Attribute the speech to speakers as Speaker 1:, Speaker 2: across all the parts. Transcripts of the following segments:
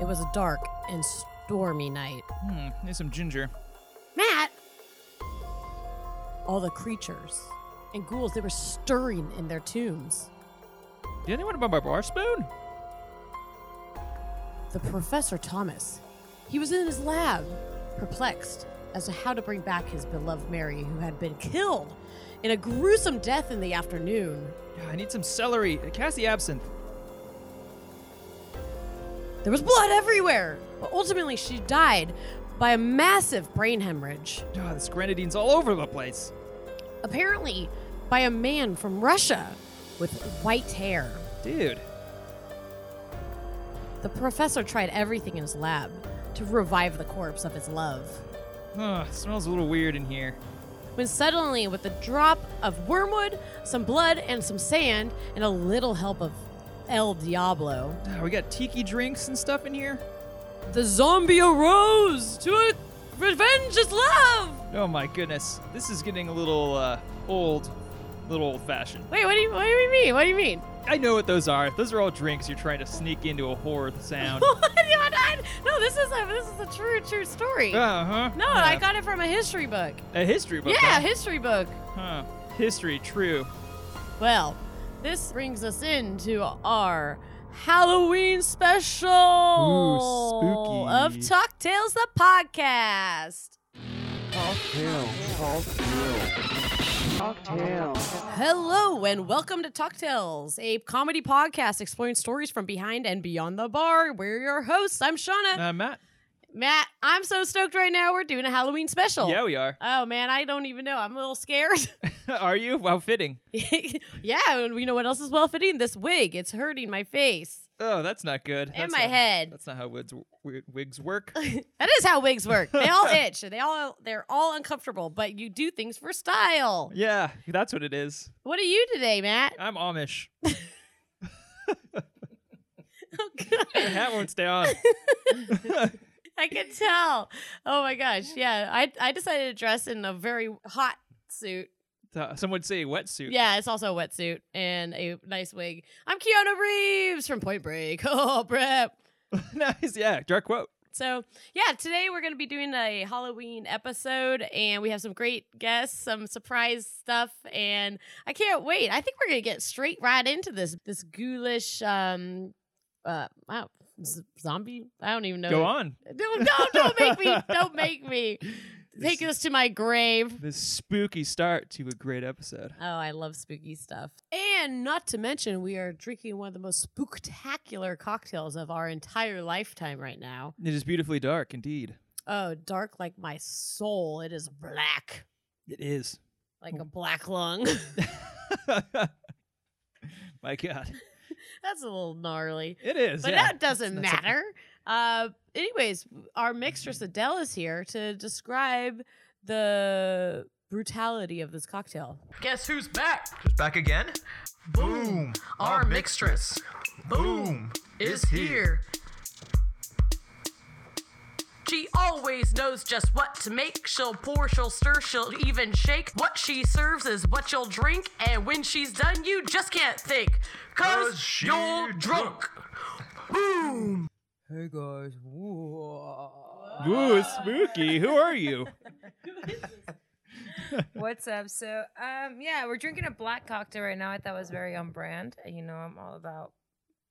Speaker 1: It was a dark and stormy night.
Speaker 2: Hmm, need some ginger.
Speaker 1: Matt! All the creatures and ghouls, they were stirring in their tombs.
Speaker 2: Did anyone buy my bar spoon?
Speaker 1: The Professor Thomas. He was in his lab, perplexed as to how to bring back his beloved Mary, who had been killed in a gruesome death in the afternoon.
Speaker 2: Ah, I need some celery. Cast the absinthe.
Speaker 1: There was blood everywhere, but ultimately she died by a massive brain hemorrhage,
Speaker 2: Ah, this grenadine's all over the place.
Speaker 1: apparently by a man from Russia with white hair.
Speaker 2: Dude.
Speaker 1: The professor tried everything in his lab to revive the corpse of his love.
Speaker 2: Huh, ah, it smells a little weird in here.
Speaker 1: When suddenly, with a drop of wormwood, some blood, and some sand, and a little help of El Diablo,
Speaker 2: Ah, we got tiki drinks and stuff in here?
Speaker 1: the zombie arose to revenge his love.
Speaker 2: Oh my goodness. This is getting a little uh, old. Little old fashioned.
Speaker 1: Wait, what do you what do you mean? What do you mean?
Speaker 2: I know what those are. Those are all drinks you're trying to sneak into a horror sound.
Speaker 1: What? You're not- no, this is a this is a true true story.
Speaker 2: uh huh.
Speaker 1: no, I got it from a history book.
Speaker 2: a history book.
Speaker 1: yeah,
Speaker 2: huh?
Speaker 1: history book.
Speaker 2: Huh. History, true.
Speaker 1: Well, this brings us into our Halloween special
Speaker 2: Ooh, spooky.
Speaker 1: of Talk Tales the podcast. Hello and welcome to Talk Tales, a comedy podcast exploring stories from behind and beyond the bar. We're your hosts. I'm Shauna.
Speaker 2: Uh, Matt?
Speaker 1: Matt, I'm so stoked right now. We're doing a Halloween special.
Speaker 2: Yeah, we are.
Speaker 1: Oh man, I don't even know. I'm a little scared.
Speaker 2: are you? Wow, fitting.
Speaker 1: yeah, and you know what else is well fitting? This wig. It's hurting my face
Speaker 2: Oh, that's not good.
Speaker 1: and
Speaker 2: That's
Speaker 1: my
Speaker 2: not-
Speaker 1: head.
Speaker 2: That's not how wigs, w- wigs work.
Speaker 1: That is how wigs work. They all itch. They all they're all uncomfortable, but you do things for style.
Speaker 2: yeah, that's what it is.
Speaker 1: What are you today, Matt?
Speaker 2: I'm Amish.
Speaker 1: Oh, God.
Speaker 2: The hat won't stay on.
Speaker 1: I can tell. Oh my gosh. Yeah. I I decided to dress in a very hot suit.
Speaker 2: Uh, Some would say wetsuit.
Speaker 1: Yeah, it's also a wetsuit and a nice wig. I'm Keanu Reeves from Point Break. Oh, prep.
Speaker 2: nice. Yeah, direct quote.
Speaker 1: So, yeah, today we're going to be doing a Halloween episode and we have some great guests, some surprise stuff and I can't wait. I think we're going to get straight right into this this ghoulish um uh wow, z- zombie? I don't even know.
Speaker 2: Go on.
Speaker 1: No, no, don't make me. Don't make me. Take
Speaker 2: This-
Speaker 1: us to my grave.
Speaker 2: This spooky start to a great episode.
Speaker 1: Oh, I love spooky stuff. And not to mention, we are drinking one of the most spooktacular cocktails of our entire lifetime right now.
Speaker 2: It is beautifully dark indeed.
Speaker 1: Oh, dark like my soul. It is black,
Speaker 2: It is.
Speaker 1: like a black lung.
Speaker 2: My God.
Speaker 1: That's a little gnarly.
Speaker 2: It is.
Speaker 1: But
Speaker 2: yeah.
Speaker 1: that doesn't
Speaker 2: That's- that's
Speaker 1: matter. Uh, anyways, our mixtress Adele is here to describe the brutality of this cocktail.
Speaker 3: Guess who's back?
Speaker 4: Back again? Boom!
Speaker 3: Our mixtress. Boom is here. She always knows just what to make. She'll pour, she'll stir, she'll even shake. What she serves is what you'll drink, and when she's done, you just can't think. Cause,
Speaker 4: Cause she
Speaker 3: you're drunk. Boom!
Speaker 5: Hey guys.
Speaker 2: Ooh, spooky. Who are you?
Speaker 5: What's up? So, um, yeah, we're drinking a black cocktail right now. I thought was very on brand. You know, I'm all about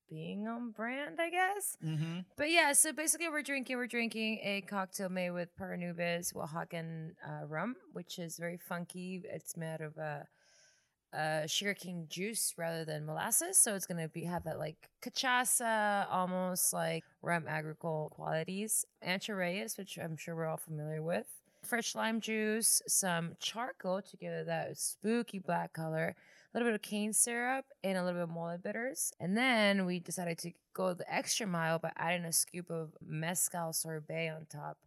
Speaker 5: being on brand, I guess.
Speaker 2: Mm-hmm.
Speaker 5: But yeah, so basically, we're drinking we're drinking a cocktail made with Paranubis Oaxacan uh, rum, which is very funky. It's made of uh, uh, sugar cane juice rather than molasses, so it's gonna be have that like cachaça, almost like rum agricole qualities. Ancho Reyes, which I'm sure we're all familiar with. Fresh lime juice, some charcoal to give it that spooky black color a little bit of cane syrup and a little bit of mole bitters. And then we decided to go the extra mile by adding a scoop of mezcal sorbet on top.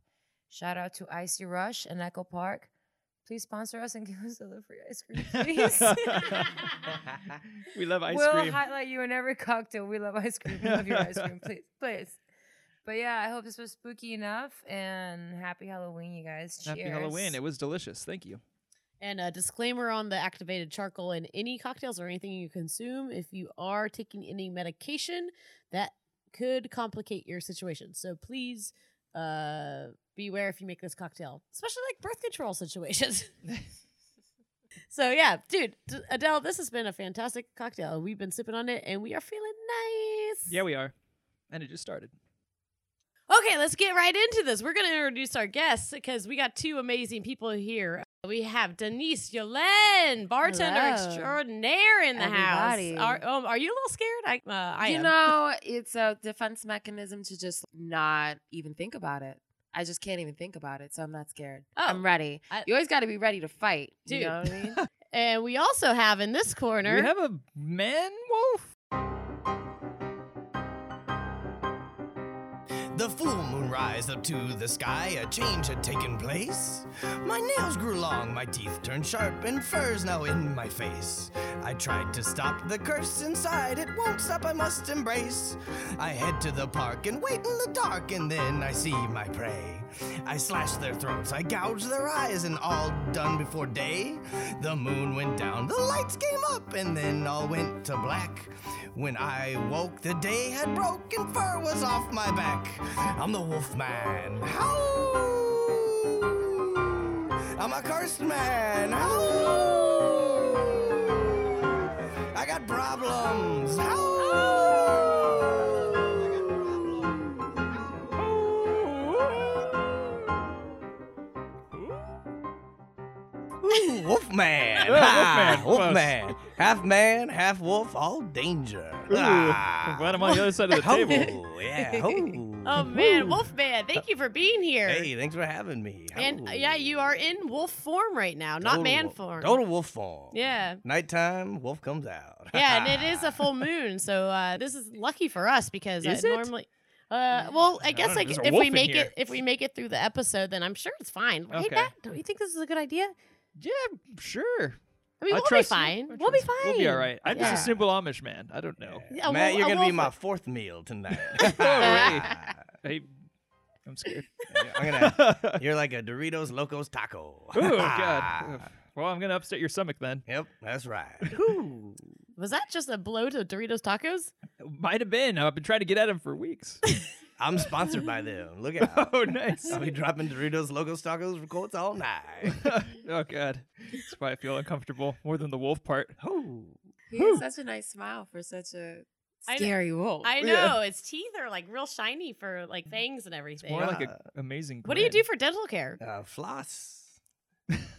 Speaker 5: Shout out to Icy Rush and Echo Park. Please sponsor us and give us a little free ice cream, please.
Speaker 2: we love ice
Speaker 5: we'll
Speaker 2: cream.
Speaker 5: highlight you in every cocktail. We love ice cream. We love your ice cream, please, please. But yeah, I hope this was spooky enough and happy Halloween, you guys. Cheers.
Speaker 2: Happy Halloween. It was delicious. Thank you.
Speaker 1: And a disclaimer on the activated charcoal in any cocktails or anything you consume. If you are taking any medication, that could complicate your situation. So please uh, beware if you make this cocktail, especially like birth control situations. so yeah, dude, D- Adele, this has been a fantastic cocktail. We've been sipping on it and we are feeling nice.
Speaker 2: Yeah, we are. And it just started.
Speaker 1: Okay, let's get right into this. We're going to introduce our guests because we got two amazing people here. We have Denise Yolene, bartender
Speaker 6: Hello.
Speaker 1: extraordinaire in the
Speaker 6: Everybody.
Speaker 1: house. Are, um, are you a little scared? I, uh, I
Speaker 6: you
Speaker 1: am.
Speaker 6: know, it's a defense mechanism to just not even think about it. I just can't even think about it, so I'm not scared.
Speaker 1: Oh.
Speaker 6: I'm ready.
Speaker 1: I-
Speaker 6: you always got to be ready to fight.
Speaker 1: Dude.
Speaker 6: You know what I mean?
Speaker 1: And we also have in this corner.
Speaker 2: We have a man wolf.
Speaker 7: The full moon rised up to the sky, a change had taken place. My nails grew long, my teeth turned sharp, and fur's now in my face. I tried to stop the curse inside, it won't stop, I must embrace. I head to the park and wait in the dark, and then I see my prey. I slash their throats, I gouge their eyes, and all done before day. The moon went down, the lights came up, and then all went to black. When I woke, the day had broke, and fur was off my back. I'm the wolf man. Howl! I'm a cursed man. Howl! I got problems. Howl! Ooh, Wolfman.
Speaker 2: Yeah,
Speaker 7: Ah,
Speaker 2: Wolfman.
Speaker 7: Wolfman. Half man, half wolf, all danger.
Speaker 2: Ooh,
Speaker 7: Ah.
Speaker 2: I'm glad I'm on the other side of the table.
Speaker 7: Oh, yeah. Oh,
Speaker 1: Oh man, Wolfman, thank you for being here.
Speaker 7: Hey, thanks for having me.
Speaker 1: and uh,
Speaker 7: Oh.
Speaker 1: yeah, you are in wolf form right now, not
Speaker 7: Total
Speaker 1: man
Speaker 7: wolf-
Speaker 1: form.
Speaker 7: Total wolf form.
Speaker 1: Yeah.
Speaker 7: Nighttime, wolf comes out.
Speaker 1: Yeah, and it is a full moon, so uh, this is lucky for us because
Speaker 2: Is
Speaker 1: uh,
Speaker 2: it?
Speaker 1: normally. Uh, well, I guess
Speaker 2: don't know,
Speaker 1: like
Speaker 2: there's a
Speaker 1: if
Speaker 2: wolf
Speaker 1: we
Speaker 2: in
Speaker 1: make
Speaker 2: here.
Speaker 1: it if we make it through the episode, then I'm sure it's fine, right?
Speaker 2: Okay.
Speaker 1: Matt? Don't you think this is a good idea?
Speaker 2: Yeah, sure.
Speaker 1: I mean,
Speaker 2: I
Speaker 1: we'll be
Speaker 2: trust you.
Speaker 1: fine.
Speaker 2: I
Speaker 1: We'll be
Speaker 2: trust
Speaker 1: fine.
Speaker 2: you. We'll be all right. I'm
Speaker 1: Yeah.
Speaker 2: just a simple Amish man. I don't know.
Speaker 1: Yeah, a
Speaker 7: Matt,
Speaker 1: wolf-
Speaker 7: you're
Speaker 1: a
Speaker 7: gonna be
Speaker 1: wolf-
Speaker 7: my fourth meal tonight.
Speaker 2: right. Hey, I'm scared.
Speaker 7: I'm gonna. You're like a Doritos Locos Taco.
Speaker 2: oh God. Ugh. Well, I'm gonna upset your stomach then.
Speaker 7: Yep, that's right.
Speaker 1: Was that just a blow to Doritos Tacos?
Speaker 2: Might have been. I've been trying to get at him for weeks.
Speaker 7: I'm sponsored by them. Look out.
Speaker 2: oh, nice.
Speaker 7: I'll be dropping Doritos Locos Tacos for Colts all night.
Speaker 2: oh God. That's why I feel uncomfortable more than the wolf part.
Speaker 7: Oh.
Speaker 6: He has such a nice smile for such a
Speaker 1: I kn-
Speaker 6: scary wolf.
Speaker 1: I know
Speaker 2: Yeah.
Speaker 1: its teeth are like real shiny for like fangs and everything.
Speaker 2: More like
Speaker 7: Yeah.
Speaker 2: a amazing.
Speaker 1: What do you do
Speaker 2: grin.
Speaker 1: for dental care?
Speaker 7: Uh, floss.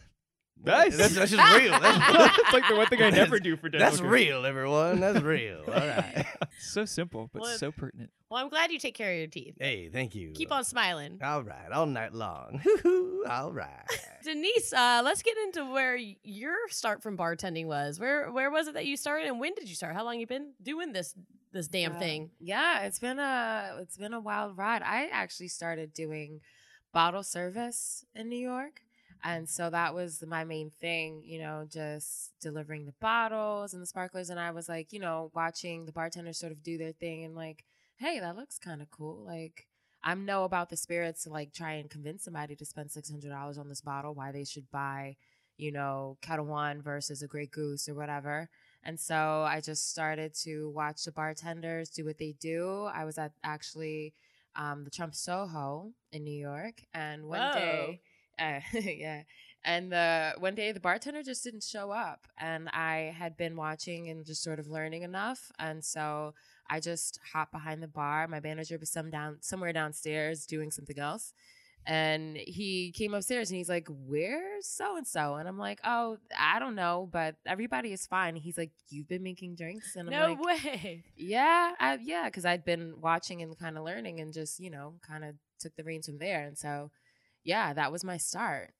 Speaker 2: Nice.
Speaker 7: That's, that's just real. That's,
Speaker 2: It's like the one thing I never do for dental.
Speaker 7: that's
Speaker 2: care.
Speaker 7: real, everyone. That's real. All right.
Speaker 2: So simple, but
Speaker 1: Well,
Speaker 2: so pertinent.
Speaker 1: Well, I'm glad you take care of your teeth.
Speaker 7: Hey, thank you.
Speaker 1: Keep on smiling.
Speaker 7: All right, all night long. Hoo-hoo, all right.
Speaker 1: Denise, uh, let's get into where y- your start from bartending was. Where where was it that you started, and when did you start? How long you been doing this this damn
Speaker 6: Yeah.
Speaker 1: thing?
Speaker 6: Yeah, it's been a it's been a wild ride. I actually started doing bottle service in New York.
Speaker 2: Mm-hmm.
Speaker 6: And so that was my main thing, you know, just delivering the bottles and the sparklers and I was like, you know, watching the bartenders sort of do their thing and like, hey, that looks kind of cool. Like I'm no about the spirits to like try and convince somebody to spend $600 on this bottle why they should buy, you know, Ketawan versus a Great Goose or whatever. And so I just started to watch the bartenders do what they do. I was at actually um, the Trump Soho in New York, and one
Speaker 1: Whoa.
Speaker 6: day, uh, yeah, and the one day the bartender just didn't show up, and I had been watching and just sort of learning enough, and so I just hopped behind the bar. My manager was some down somewhere downstairs doing something else. And he came upstairs and he's like, Where's so and so? And I'm like, Oh, I don't know, but everybody is fine. He's like, You've been making drinks? And I'm
Speaker 1: No
Speaker 6: like,
Speaker 1: way.
Speaker 6: yeah, I, yeah, because I'd been watching and kind of learning and just you know kind of took the reins from there, and so yeah, that was my start.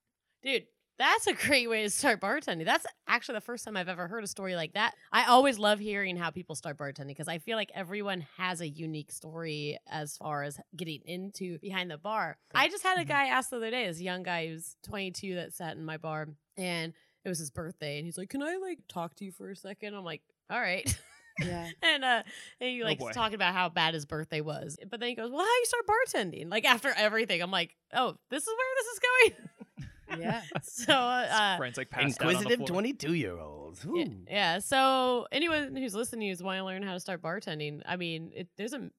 Speaker 1: Dude, that's a great way to start bartending. That's actually the first time I've ever heard a story like that. I always love hearing how people start bartending because I feel like everyone has a unique story as far as getting into behind the bar. I just had a
Speaker 2: Mhm.
Speaker 1: guy ask the other day, this young guy who's 22 that sat in my bar, and it was his birthday, and he's like, "Can I like talk to you for a second? I'm like, "All right."
Speaker 6: Yeah,
Speaker 1: and uh and he
Speaker 2: Oh,
Speaker 1: like
Speaker 2: boy.
Speaker 1: talking about how bad his birthday was but then he goes well how you start bartending like after everything i'm like oh this is where this is
Speaker 6: yeah,
Speaker 1: going so uh
Speaker 2: Friends like passed out on the
Speaker 7: Inquisitive
Speaker 2: floor.
Speaker 7: 22 year olds.
Speaker 1: yeah, yeah so anyone who's listening who's want to learn how to start bartending i mean it, there's a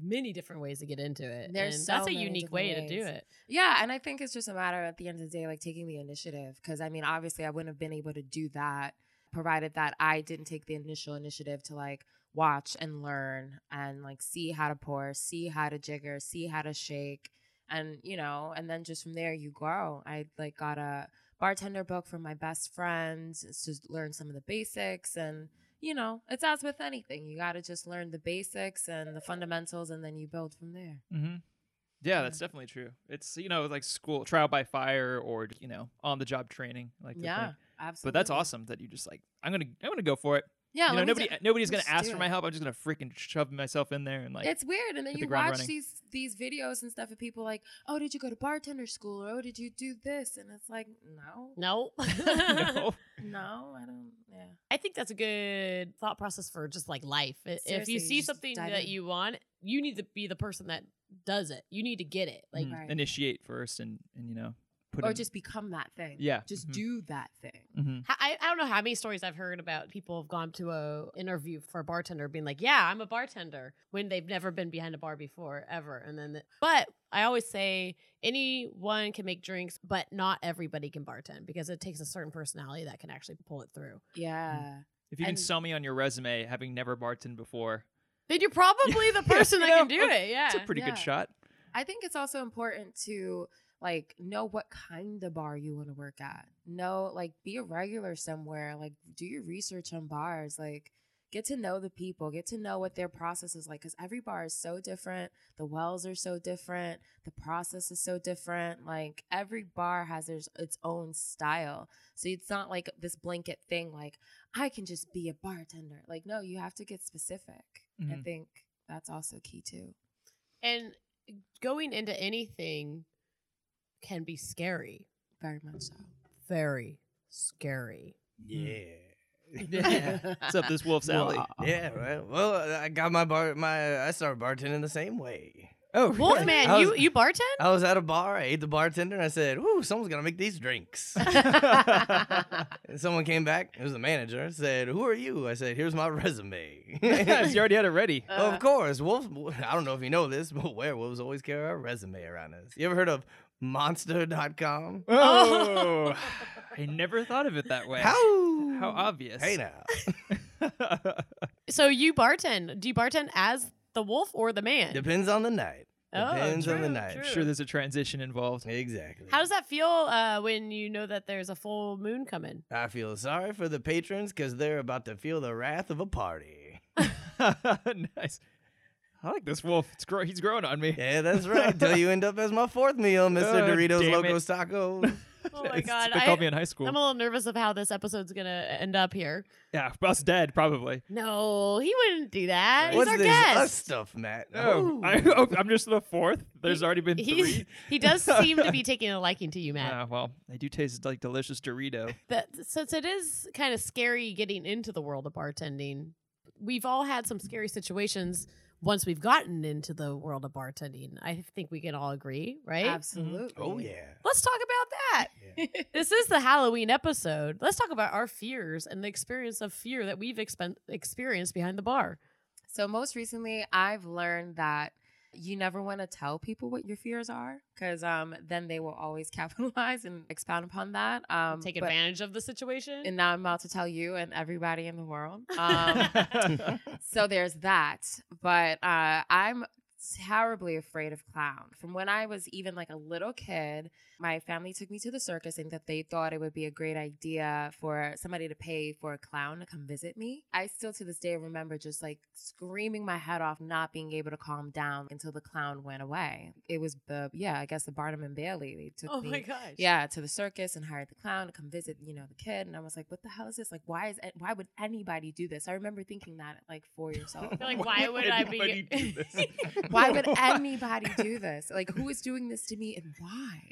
Speaker 1: many different ways to get into it.
Speaker 6: There's
Speaker 1: and
Speaker 6: so
Speaker 1: that's a
Speaker 6: many
Speaker 1: unique
Speaker 6: different
Speaker 1: way to do
Speaker 6: ways.
Speaker 1: it.
Speaker 6: Yeah, and I think it's just a matter at the end of the day, like taking the initiative. Because I mean, obviously, I wouldn't have been able to do that provided that I didn't take the initial initiative to like watch and learn and like see how to pour, see how to jigger, see how to shake, and you know, and then just from there you grow. I like got a bartender book from my best friends to learn some of the basics and. You know, it's as with anything. You got to just learn the basics and the fundamentals, and then you build from there.
Speaker 2: Mm-hmm. Yeah, that's definitely true. It's you know like school trial by fire or you know on the job training like the
Speaker 6: yeah,
Speaker 2: thing.
Speaker 6: absolutely.
Speaker 2: But that's awesome that you just like I'm gonna I'm gonna go for it.
Speaker 6: Yeah,
Speaker 2: you know
Speaker 6: let me
Speaker 2: nobody nobody's gonna
Speaker 6: just
Speaker 2: ask
Speaker 6: do
Speaker 2: for
Speaker 6: it.
Speaker 2: my help. I'm just gonna freaking shove myself in there and like
Speaker 6: it's weird. And then
Speaker 2: hit the
Speaker 6: you
Speaker 2: ground
Speaker 6: watch
Speaker 2: running.
Speaker 6: these these videos and stuff of people like, oh, did you go to bartender school? Or oh, did you do this? And it's like, no,
Speaker 1: No.
Speaker 2: no.
Speaker 6: no, I don't. Yeah,
Speaker 1: I think that's a good thought process for just like life. I- if
Speaker 6: Seriously,
Speaker 1: you
Speaker 6: you
Speaker 1: see
Speaker 6: just
Speaker 1: something
Speaker 6: dive
Speaker 1: that
Speaker 6: in.
Speaker 1: you want, you need to be the person that does it. You need to get it. Like
Speaker 2: Mm,
Speaker 6: Right.
Speaker 2: initiate first and and you know put
Speaker 6: or
Speaker 2: in-
Speaker 6: just become that thing.
Speaker 2: Yeah,
Speaker 6: just
Speaker 2: mhm.
Speaker 6: do that thing.
Speaker 2: Mhm.
Speaker 1: h- I, I don't know how many stories I've heard about people have gone to a interview for a bartender being like, "Yeah, I'm a bartender," when they've never been behind a bar before ever. And then, the, but I always say anyone can make drinks, but not everybody can bartend because it takes a certain personality that can actually pull it through.
Speaker 6: Yeah,
Speaker 2: If you can
Speaker 6: and-
Speaker 2: sell me on your resume having never bartended before,
Speaker 1: Then you're probably the
Speaker 2: Yeah,
Speaker 1: person
Speaker 2: you
Speaker 1: that can
Speaker 2: know,
Speaker 1: do
Speaker 2: like,
Speaker 1: it. Yeah,
Speaker 2: it's a pretty
Speaker 6: yeah.
Speaker 2: good shot.
Speaker 6: I think it's also important to like know what kind of bar you want to work at. Know like be a regular somewhere. Like do your research on bars. Like get to know the people. Get to know what their process is like because every bar is so different. The wells are so different. The process is so different. Like every bar has their, its own style. So it's not like this blanket thing. Like I can just be a bartender. Like no, you have to get specific. I
Speaker 2: Mhm.
Speaker 6: think that's also key too.
Speaker 1: and going into anything can be scary.
Speaker 6: Very much so.
Speaker 1: very scary.
Speaker 7: Yeah.
Speaker 2: Hmm. What's up, this wolf's alley?
Speaker 7: Yeah, right. Well, I got my bar. My I started bartending the same way. Oh,
Speaker 1: Wolfman,
Speaker 7: I
Speaker 1: you
Speaker 7: was-
Speaker 1: you bartend?
Speaker 7: I was at a bar. I ate the bartender, and I said, "Ooh, someone's gonna make these drinks." and someone came back. It was the manager. Said, "Who are you?" I said, "Here's my resume."
Speaker 2: you already had it ready.
Speaker 7: of course, wolf. I don't know if you know this, but werewolves always carry a resume around us. You ever heard of Monster.com?
Speaker 2: Oh, I never thought of it that way.
Speaker 7: How?
Speaker 2: How obvious.
Speaker 7: Hey now.
Speaker 1: So you bartend? Do you bartend as the wolf or the man?
Speaker 7: Depends on the night.
Speaker 1: Oh,
Speaker 7: Depends on the
Speaker 1: true,
Speaker 7: night.
Speaker 1: true.
Speaker 2: sure there's a transition involved.
Speaker 7: Exactly.
Speaker 1: How does that feel uh, when you know that there's a full moon coming?
Speaker 7: I feel sorry for the patrons because they're about to feel the wrath of a party.
Speaker 2: nice. I like this wolf. It's grow- he's growing on me.
Speaker 7: Yeah, that's right. Till you end up as my fourth meal, Mr.
Speaker 2: Oh,
Speaker 7: Doritos
Speaker 2: damn
Speaker 7: Locos Tacos.
Speaker 1: Oh my
Speaker 2: It's-
Speaker 1: god!
Speaker 2: They
Speaker 1: I,
Speaker 2: called me in high school.
Speaker 1: I'm a little nervous of how this episode's gonna end up here.
Speaker 2: yeah, us dead probably.
Speaker 1: No, he wouldn't do that.
Speaker 7: What's
Speaker 1: He's our
Speaker 7: this us
Speaker 1: guest.
Speaker 7: stuff, Matt?
Speaker 2: Oh,
Speaker 7: Ooh.
Speaker 2: I, oh, I'm just the fourth. There's already been
Speaker 1: He
Speaker 2: three.
Speaker 1: he does seem to be taking a liking to you, Matt.
Speaker 2: Ah, well, they do taste like delicious Dorito.
Speaker 1: that since it is kind of scary getting into the world of bartending, we've all had some scary situations once we've gotten into the world of bartending. I think we can all agree, right?
Speaker 6: Absolutely.
Speaker 7: oh yeah.
Speaker 1: Let's talk about that. this is the Halloween episode. Let's talk about our fears and the experience of fear that we've expen- experienced behind the bar.
Speaker 6: So most recently, I've learned that you never want to tell people what your fears are because um, then they will always capitalize and expound upon that. Um,
Speaker 1: Take
Speaker 6: but-
Speaker 1: advantage of the situation.
Speaker 6: And now I'm about to tell you and everybody in the world. Um, so there's that. But uh, I'm terribly afraid of clown. From when I was even like a little kid, my family took me to the circus and that they thought it would be a great idea for somebody to pay for a clown to come visit me. I still to this day remember just like screaming my head off, not being able to calm down until the clown went away. It was the yeah, I guess the Barnum and Bailey. They took
Speaker 1: oh
Speaker 6: me
Speaker 1: my gosh.
Speaker 6: yeah, to the circus and hired the clown to come visit, you know, the kid. And I was like, what the hell is this? Like, why is it, why would anybody do this? I remember thinking that at like four years old.
Speaker 1: You're like, why would I be?
Speaker 6: why would anybody do this? Like, who is doing this to me and why?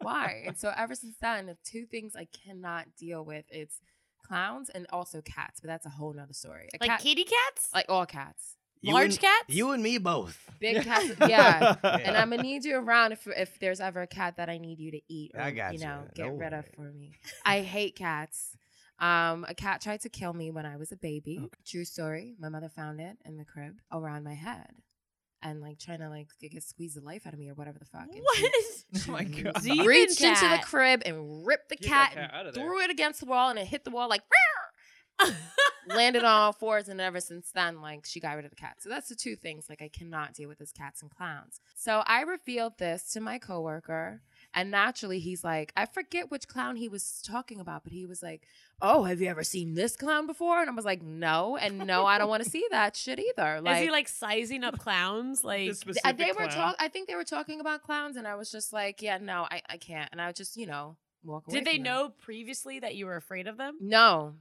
Speaker 6: Why? And so ever since then, the two things I cannot deal with it's clowns and also cats, but that's a whole nother story. A
Speaker 1: like
Speaker 6: cat-
Speaker 1: kitty cats?
Speaker 6: like all cats.
Speaker 7: You
Speaker 1: Large
Speaker 7: and-
Speaker 1: cats?
Speaker 7: You and me both.
Speaker 6: Big cats, yeah. And
Speaker 7: Yeah.
Speaker 6: I'm gonna need you around if if there's ever a cat that I need you to eat. Or,
Speaker 7: I got
Speaker 6: you
Speaker 7: you.
Speaker 6: know, get
Speaker 7: Don't
Speaker 6: rid of
Speaker 7: worry.
Speaker 6: for me. I hate cats. Um, a cat tried to kill me when I was a baby. True story. My mother found it in the crib around my head. and like trying to like get, get squeeze the life out of me or whatever the fuck. and she
Speaker 1: What?
Speaker 2: Oh my god.
Speaker 1: Zeke Demon
Speaker 6: reached into the
Speaker 1: cat.
Speaker 6: crib and ripped the
Speaker 2: Get
Speaker 6: cat,
Speaker 2: that cat
Speaker 6: and
Speaker 2: out of there.
Speaker 6: threw it against the wall, and it hit the wall like landed on all fours. And ever since then, like she got rid of the cat. So that's the two things. Like I cannot deal with this cats and clowns. So I revealed this to my coworker, and naturally he's like, I forget which clown he was talking about, but he was like, "Oh, have you ever seen this clown before?" And I was like, "No," and no, I don't want to see that shit either.
Speaker 1: Is he like sizing up clowns? Like,
Speaker 2: This
Speaker 6: Th- uh,
Speaker 2: specific
Speaker 6: they were
Speaker 2: clown.
Speaker 6: talk. I think they were talking about clowns, and I was just like, "Yeah, no, I, I can't." And I would just, you know, walk away.
Speaker 1: did they
Speaker 6: from them.
Speaker 1: know previously that you were afraid of them?
Speaker 6: No.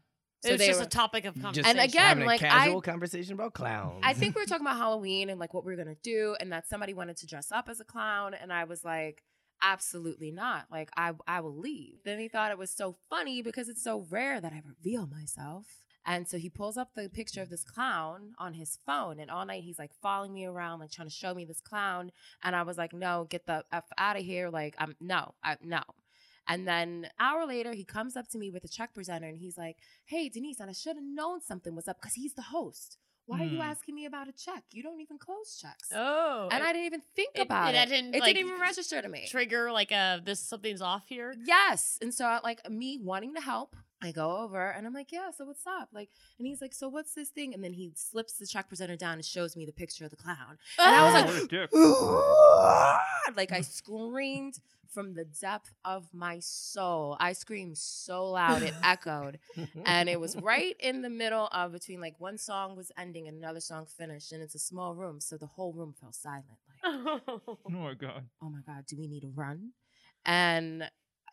Speaker 6: So
Speaker 1: it was
Speaker 6: they
Speaker 1: just
Speaker 6: were-
Speaker 1: a topic of
Speaker 7: Just
Speaker 1: conversation.
Speaker 6: again,
Speaker 7: having
Speaker 6: like,
Speaker 7: a
Speaker 6: I-
Speaker 7: casual conversation about clowns.
Speaker 6: I think we were talking about Halloween and like what we were gonna do, and that somebody wanted to dress up as a clown, and I was like, absolutely not. Like I I will leave. Then he thought it was so funny because it's so rare that I reveal myself. And so he pulls up the picture of this clown on his phone, and all night he's like following me around, like trying to show me this clown. And I was like, no, get the f out of here. Like I'm no, I no. And then hour later, he comes up to me with a check presenter, and he's like, hey Denise, and I should have known something was up because he's the host. Why are you
Speaker 2: Hmm.
Speaker 6: asking me about a check? You don't even close checks.
Speaker 1: oh,
Speaker 6: and I didn't even think
Speaker 1: it-
Speaker 6: about
Speaker 1: and
Speaker 6: it.
Speaker 1: I didn't,
Speaker 6: it
Speaker 1: like,
Speaker 6: didn't even register to me.
Speaker 1: trigger like a this something's off here.
Speaker 6: Yes. And so, I, like, me wanting to help, I go over and I'm like, yeah, so what's up? Like, and he's like, so what's this thing? And then he slips the check presenter down and shows me the picture of the clown. And I was like,
Speaker 2: What a dick.
Speaker 6: like, I screamed from the depth of my soul. I screamed so loud, it echoed. and it was right in the middle of between like one song was ending and another song finished and it's a small room so the whole room fell silent like
Speaker 2: Oh my god.
Speaker 6: oh my god do we need to run and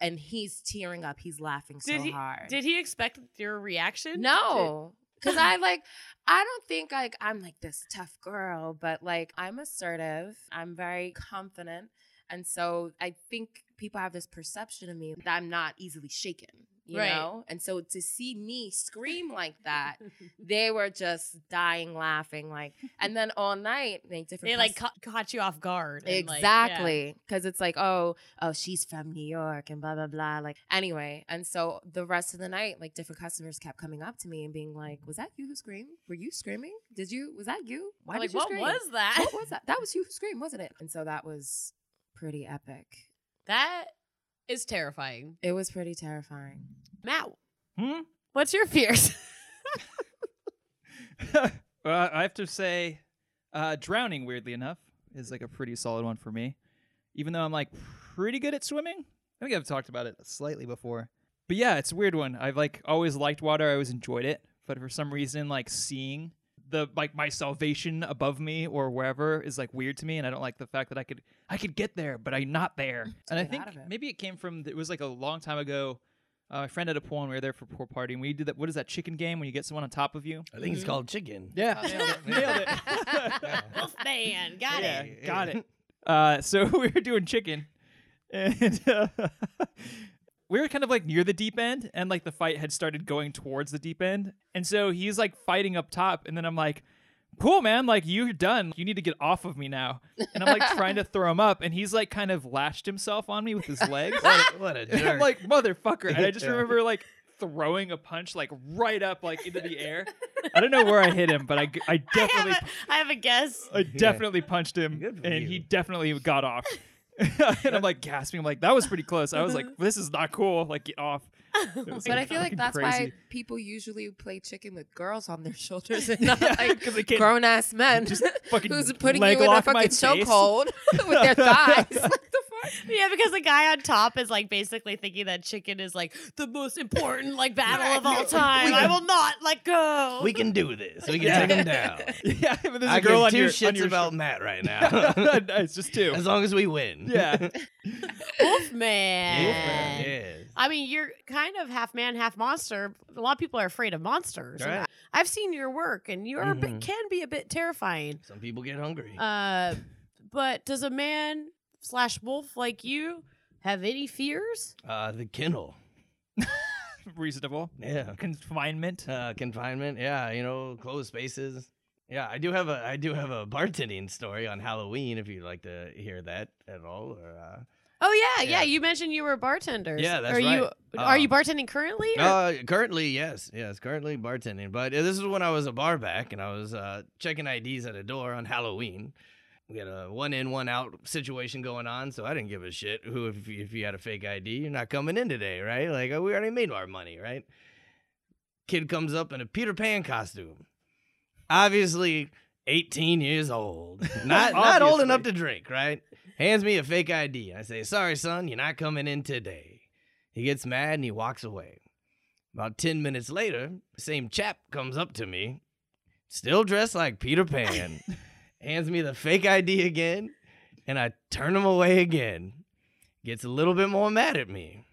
Speaker 6: and he's tearing up he's laughing so
Speaker 1: Did he-
Speaker 6: hard
Speaker 1: Did he expect your reaction?
Speaker 6: no because i like i don't think like i'm like this tough girl but like i'm assertive i'm very confident and so i think people have this perception of me that i'm not easily shaken you
Speaker 1: Right.
Speaker 6: know and so to see me scream like that
Speaker 1: Did-
Speaker 6: they were just dying laughing like and then all night they different
Speaker 1: they like
Speaker 6: cus-
Speaker 1: ca- caught you off guard. and, like, yeah.
Speaker 6: exactly because it's like oh oh she's from new york and blah blah blah like anyway and so the rest of the night like different customers kept coming up to me and being like
Speaker 1: Mm-hmm.
Speaker 6: was that you who screamed were you screaming did you was that you why
Speaker 1: Like,
Speaker 6: did you
Speaker 1: what
Speaker 6: scream
Speaker 1: was that?
Speaker 6: what was that that was you who screamed wasn't it and so that was pretty epic
Speaker 1: that is terrifying.
Speaker 6: it was pretty terrifying
Speaker 1: Matt,
Speaker 2: Hmm?
Speaker 1: what's your fears?
Speaker 2: well, I have to say, uh, drowning, weirdly enough, is like a pretty solid one for me. Even though I'm like pretty good at swimming, I think I've talked about it slightly before. But yeah, it's a weird one. I've like always liked water. I always enjoyed it. But for some reason, like seeing the like my salvation above me or wherever is like weird to me, and I don't like the fact that I could I could get there, but I'm not there. and I
Speaker 6: get
Speaker 2: think
Speaker 6: out of it.
Speaker 2: maybe it came from it was like a long time ago. Uh, my friend had a pool, and we were there for pool party, and we did that. What is that chicken game when you get someone on top of you?
Speaker 7: I
Speaker 6: Mm-hmm.
Speaker 7: think it's called chicken.
Speaker 2: Yeah, nailed it. nailed it.
Speaker 1: Wolfman, got
Speaker 2: yeah,
Speaker 1: it.
Speaker 2: got it. Uh, so we were doing chicken, and uh, we were kind of like near the deep end, and like the fight had started going towards the deep end, and so he's like fighting up top, and then I'm like. Cool, man. Like, you're done. You need to get off of me now. And I'm like trying to throw him up, and he's like kind of lashed himself on me with his legs.
Speaker 7: What a, what a
Speaker 2: And I'm
Speaker 7: jerk.
Speaker 2: like, motherfucker. And I just
Speaker 7: Yeah.
Speaker 2: remember like throwing a punch like right up like into the air. I don't know where I hit him, but I, g- I
Speaker 1: I
Speaker 2: definitely
Speaker 1: have, a, I have a guess.
Speaker 2: I definitely punched him
Speaker 7: Good for
Speaker 2: and
Speaker 7: you.
Speaker 2: he definitely got off. and I'm like gasping. I'm like, that was pretty close. I was like, this is not cool. Like, get off. It was
Speaker 6: but i feel like
Speaker 2: fucking
Speaker 6: that's why
Speaker 2: crazy.
Speaker 6: people usually play chicken with girls on their shoulders and not
Speaker 2: Yeah,
Speaker 6: like
Speaker 2: 'cause they can't
Speaker 6: grown ass men
Speaker 2: just fucking
Speaker 6: who's putting you
Speaker 2: leg
Speaker 6: in a
Speaker 2: lock my
Speaker 6: fucking
Speaker 2: face.
Speaker 6: chokehold with their thighs. what the fuck?
Speaker 1: Yeah, because the guy on top is like basically thinking that chicken is like the most important like battle of all time. I will not let go.
Speaker 7: we can do this. We can take him down.
Speaker 2: Yeah, but there's a
Speaker 7: I
Speaker 2: girl
Speaker 7: give
Speaker 2: on
Speaker 7: two
Speaker 2: your, on
Speaker 7: shits
Speaker 2: your
Speaker 7: about Matt right now.
Speaker 2: shoulder. it's just two.
Speaker 7: as long as we win.
Speaker 2: Yeah.
Speaker 1: Wolfman.
Speaker 7: Wolfman, yes.
Speaker 1: I mean, you're kind of half man, half monster. A lot of people are afraid of monsters. And
Speaker 7: Right.
Speaker 1: I- I've seen your work, and you are a bit,
Speaker 7: Mhm.
Speaker 1: can be a bit terrifying.
Speaker 7: Some people get hungry.
Speaker 1: Uh, but does a man slash wolf like you have any fears?
Speaker 7: Uh, the kennel.
Speaker 2: Reasonable.
Speaker 7: Yeah.
Speaker 2: Confinement.
Speaker 7: Uh, confinement. Yeah, you know, closed spaces. Yeah, I do have a I do have a bartending story on Halloween if you'd like to hear that at all. Or, uh,
Speaker 1: Oh yeah, yeah.
Speaker 7: Yeah.
Speaker 1: You mentioned you were bartenders.
Speaker 7: Yeah, that's
Speaker 1: are You,
Speaker 7: right.
Speaker 1: are you
Speaker 7: Um,
Speaker 1: bartending currently? or-
Speaker 7: Uh, currently, yes, yes, currently uh, bartending. But this is when I was a bar back and I was uh, checking IDs at a door on Halloween, we had a one in one out situation going on, so I didn't give a shit who if if you had a fake ID, you're not coming in today, right? Like uh, we already made our money, right? Kid comes up in a Peter Pan costume, obviously 18 years old, not not old enough to drink, right? Hands me a fake ID. I say, sorry, son, you're not coming in today. He gets mad and he walks away. About 10 minutes later, same chap comes up to me, still dressed like Peter Pan, hands me the fake ID again, and I turn him away again. Gets a little bit more mad at me.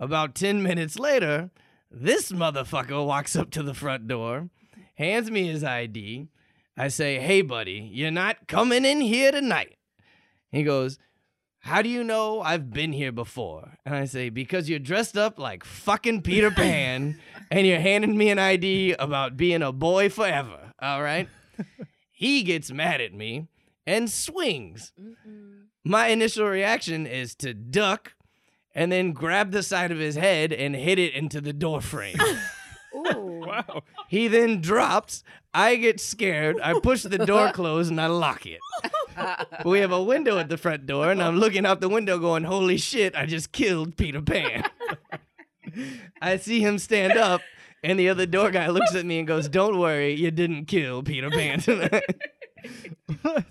Speaker 7: About 10 minutes later, this motherfucker walks up to the front door, hands me his ID. I say, hey, buddy, you're not coming in here tonight. He goes, how do you know I've been here before? And I say, because you're dressed up like fucking Peter Pan and you're handing me an ID about being a boy forever. All right. he gets mad at me and swings. My initial reaction is to duck and then grab the side of his head and hit it into the door frame.
Speaker 2: Wow.
Speaker 7: he then drops. I get scared. I push the door closed and I lock it. we have a window at the front door, and I'm looking out the window going, Holy shit, I just killed Peter Pan. I see him stand up, and the other door guy looks at me and goes, Don't worry, you didn't kill Peter Pan tonight.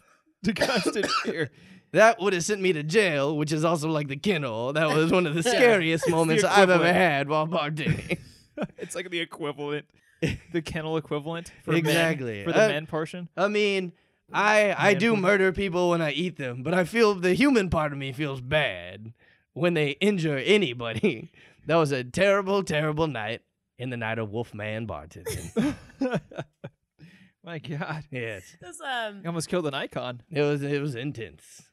Speaker 2: to constant fear.
Speaker 7: That would have sent me to jail, which is also like the kennel. That was one of the scariest moments I've ever
Speaker 2: equivalent.
Speaker 7: had while bartending.
Speaker 2: It's like the equivalent, the kennel equivalent for men-
Speaker 7: Exactly.
Speaker 2: for the
Speaker 7: Uh,
Speaker 2: men portion.
Speaker 7: I mean, I I do murder people when I eat them, but I feel the human part of me feels bad when they injure anybody. That was a terrible, terrible night in the night of Wolfman bartending.
Speaker 2: My God,
Speaker 7: yes,
Speaker 1: This, um,
Speaker 2: you almost killed an icon.
Speaker 7: it was it was intense.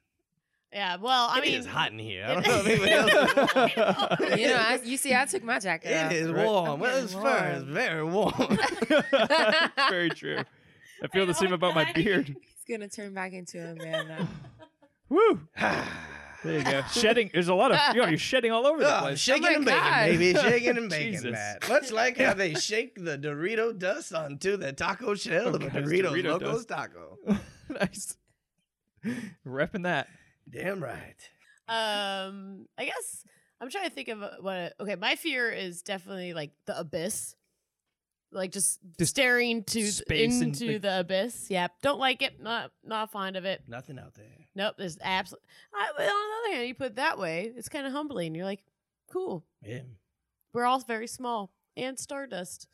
Speaker 1: yeah. Well, I
Speaker 7: It is
Speaker 1: mean,
Speaker 7: hot in here. I don't know if anybody else.
Speaker 6: You know, I, you see, I took my jacket off.
Speaker 7: It is warm. Well, it's fur is very warm.
Speaker 2: It's very true. I feel
Speaker 1: know,
Speaker 2: the same
Speaker 1: I'm
Speaker 2: about my
Speaker 1: dying.
Speaker 2: beard.
Speaker 6: He's gonna turn back into a man now.
Speaker 2: Woo! There you go. Shedding. There's a lot of. You know, you're shedding all over the
Speaker 7: Oh,
Speaker 2: place.
Speaker 7: shaking
Speaker 6: my
Speaker 7: and baking,
Speaker 6: God.
Speaker 7: baby. Shaking and baking,
Speaker 2: Jesus.
Speaker 7: Matt. Much like how they shake the Dorito dust onto the taco shell of a
Speaker 2: God, it's
Speaker 7: Doritos
Speaker 2: Oh, Dorito
Speaker 7: Locos
Speaker 2: dust.
Speaker 7: taco.
Speaker 2: nice. Repping that.
Speaker 7: Damn right.
Speaker 1: um, I guess I'm trying to think of a- what. a- okay, my fear is definitely like the abyss, like just,
Speaker 2: Just
Speaker 1: staring to th-
Speaker 2: space and,
Speaker 1: into
Speaker 2: like-
Speaker 1: the abyss. Yep, don't like it. Not not fond of it.
Speaker 7: Nothing out there.
Speaker 1: Nope. There's absolutely. On the other hand, you put it that way, it's kind of humbling. You're like, cool.
Speaker 7: Yeah.
Speaker 1: We're all very small and stardust.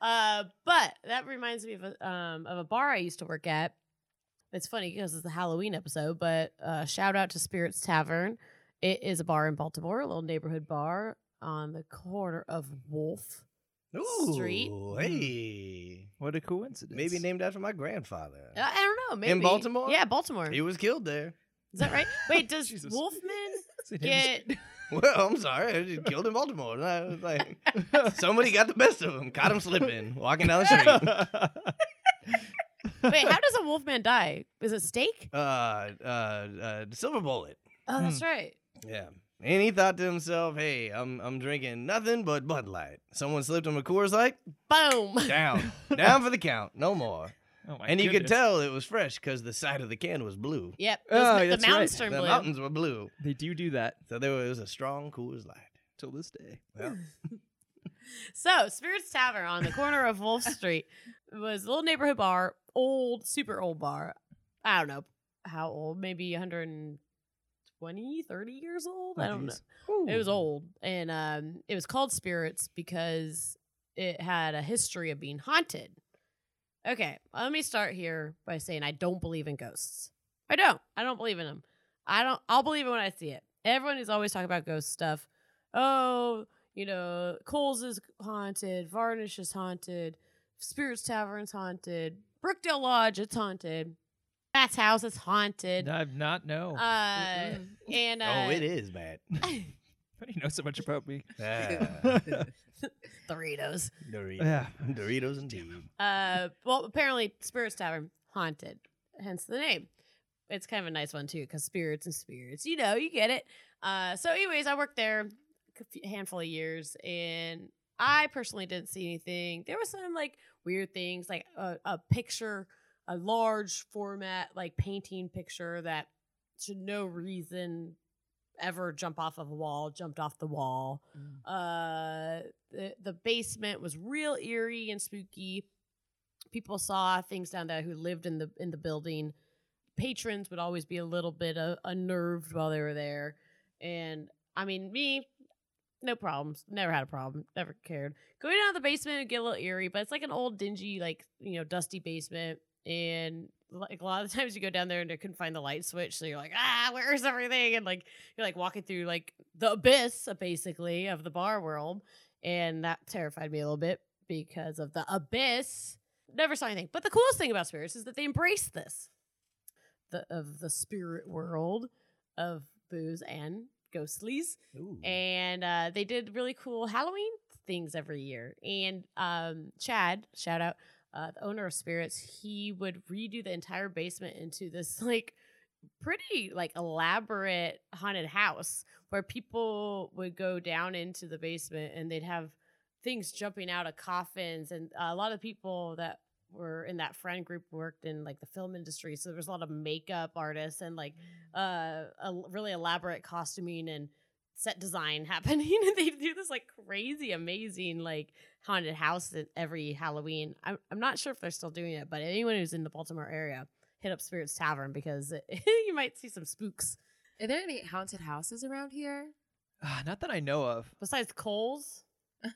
Speaker 1: Uh, but that reminds me of a, um, of a bar I used to work at. It's funny because it's the Halloween episode, but uh, shout out to Spirits Tavern. It is a bar in Baltimore, a little neighborhood bar on the corner of Wolf. Street.
Speaker 7: Ooh, Hey.
Speaker 2: What a coincidence.
Speaker 7: Maybe named after my grandfather.
Speaker 1: Uh, I don't know, maybe
Speaker 7: Baltimore?
Speaker 1: Yeah, Baltimore.
Speaker 7: He
Speaker 1: Is
Speaker 7: was killed there.
Speaker 1: that right? Wait, does
Speaker 2: Jesus.
Speaker 1: Wolfman
Speaker 2: Is it him?
Speaker 1: get?
Speaker 7: Well, I'm sorry. I just killed in Baltimore. And I was like, somebody got the best of him. Caught him slipping, walking down the street.
Speaker 1: Wait, how does a Wolfman die? Is it steak?
Speaker 7: Uh, uh, uh, silver bullet.
Speaker 1: Oh, that's
Speaker 2: Hmm.
Speaker 1: right.
Speaker 7: Yeah. And he thought to himself, hey, I'm I'm drinking nothing but Bud Light. Someone slipped him a Coors Light,
Speaker 1: Boom.
Speaker 7: down. down for the count, no more.
Speaker 2: Oh my
Speaker 7: and you could
Speaker 2: goodness.
Speaker 7: tell it was fresh because the side of the can was blue.
Speaker 1: Yep.
Speaker 2: Oh,
Speaker 1: those- the
Speaker 2: that's right.
Speaker 1: mountains
Speaker 7: The
Speaker 1: turn blue.
Speaker 7: mountains were blue.
Speaker 2: They do do that
Speaker 7: So there was a strong Coors Light.
Speaker 2: till this day.
Speaker 7: Yeah.
Speaker 1: So, Spirits Tavern on the corner of Wolf Street was a little neighborhood bar, old, super old bar. I don't know how old, maybe 120, 30 years old. I
Speaker 2: Oh,
Speaker 1: don't know.
Speaker 2: geez.
Speaker 1: It was old. And um, it was called Spirits because it had a history of being haunted. Okay, let me start here by saying I don't believe in ghosts. I don't. I don't believe in them. I don't. I'll believe it when I see it. Everyone is always talking about ghost stuff. Oh, you know, Coles is haunted, Varnish is haunted, Spirits Tavern's haunted, Brookdale Lodge it's haunted, Matt's house is haunted.
Speaker 2: I've not know.
Speaker 1: Uh, and uh,
Speaker 7: oh, it is bad.
Speaker 2: How do you know so much about me?
Speaker 7: Ah,
Speaker 1: Doritos.
Speaker 7: Doritos.
Speaker 2: Yeah.
Speaker 7: Doritos and tea.
Speaker 1: Uh, well, apparently Spirits Tavern haunted, hence the name. It's kind of a nice one too, because spirits and spirits, you know, you get it. Uh, so, anyways, I worked there a few- handful of years, and I personally didn't see anything. There was some like weird things, like a, a picture a large format like painting picture that should no reason ever jump off of a wall jumped off the wall uh the, the basement was real eerie and spooky people saw things down there who lived in the in the building patrons would always be a little bit uh, unnerved while they were there and i mean me no problems never had a problem never cared going down to the basement would get a little eerie but it's like an old dingy like you know dusty basement and like a lot of times you go down there and they couldn't find the light switch so you're like ah where's everything and like you're like walking through like the abyss uh, basically of the bar world and that terrified me a little bit because of the abyss never saw anything but the coolest thing about spirits is that they embrace this the, of the spirit world of booze and ghostlies
Speaker 2: Ooh.
Speaker 1: and uh, they did really cool Halloween things every year. And um, Chad, shout out uh, the owner of Spirits, he would redo the entire basement into this like pretty like elaborate haunted house where people would go down into the basement and they'd have things jumping out of coffins and uh, a lot of people that were in that friend group worked in like the film industry so there was a lot of makeup artists and like uh, a really elaborate costuming and set design happening and they do this like crazy amazing like haunted house at every halloween I'm, I'm not sure if they're still doing it but anyone who's in the baltimore area hit up spirits tavern because it, you might see some spooks
Speaker 6: Are there any haunted houses around here?
Speaker 2: Ah, Not that I know of.
Speaker 1: besides cole's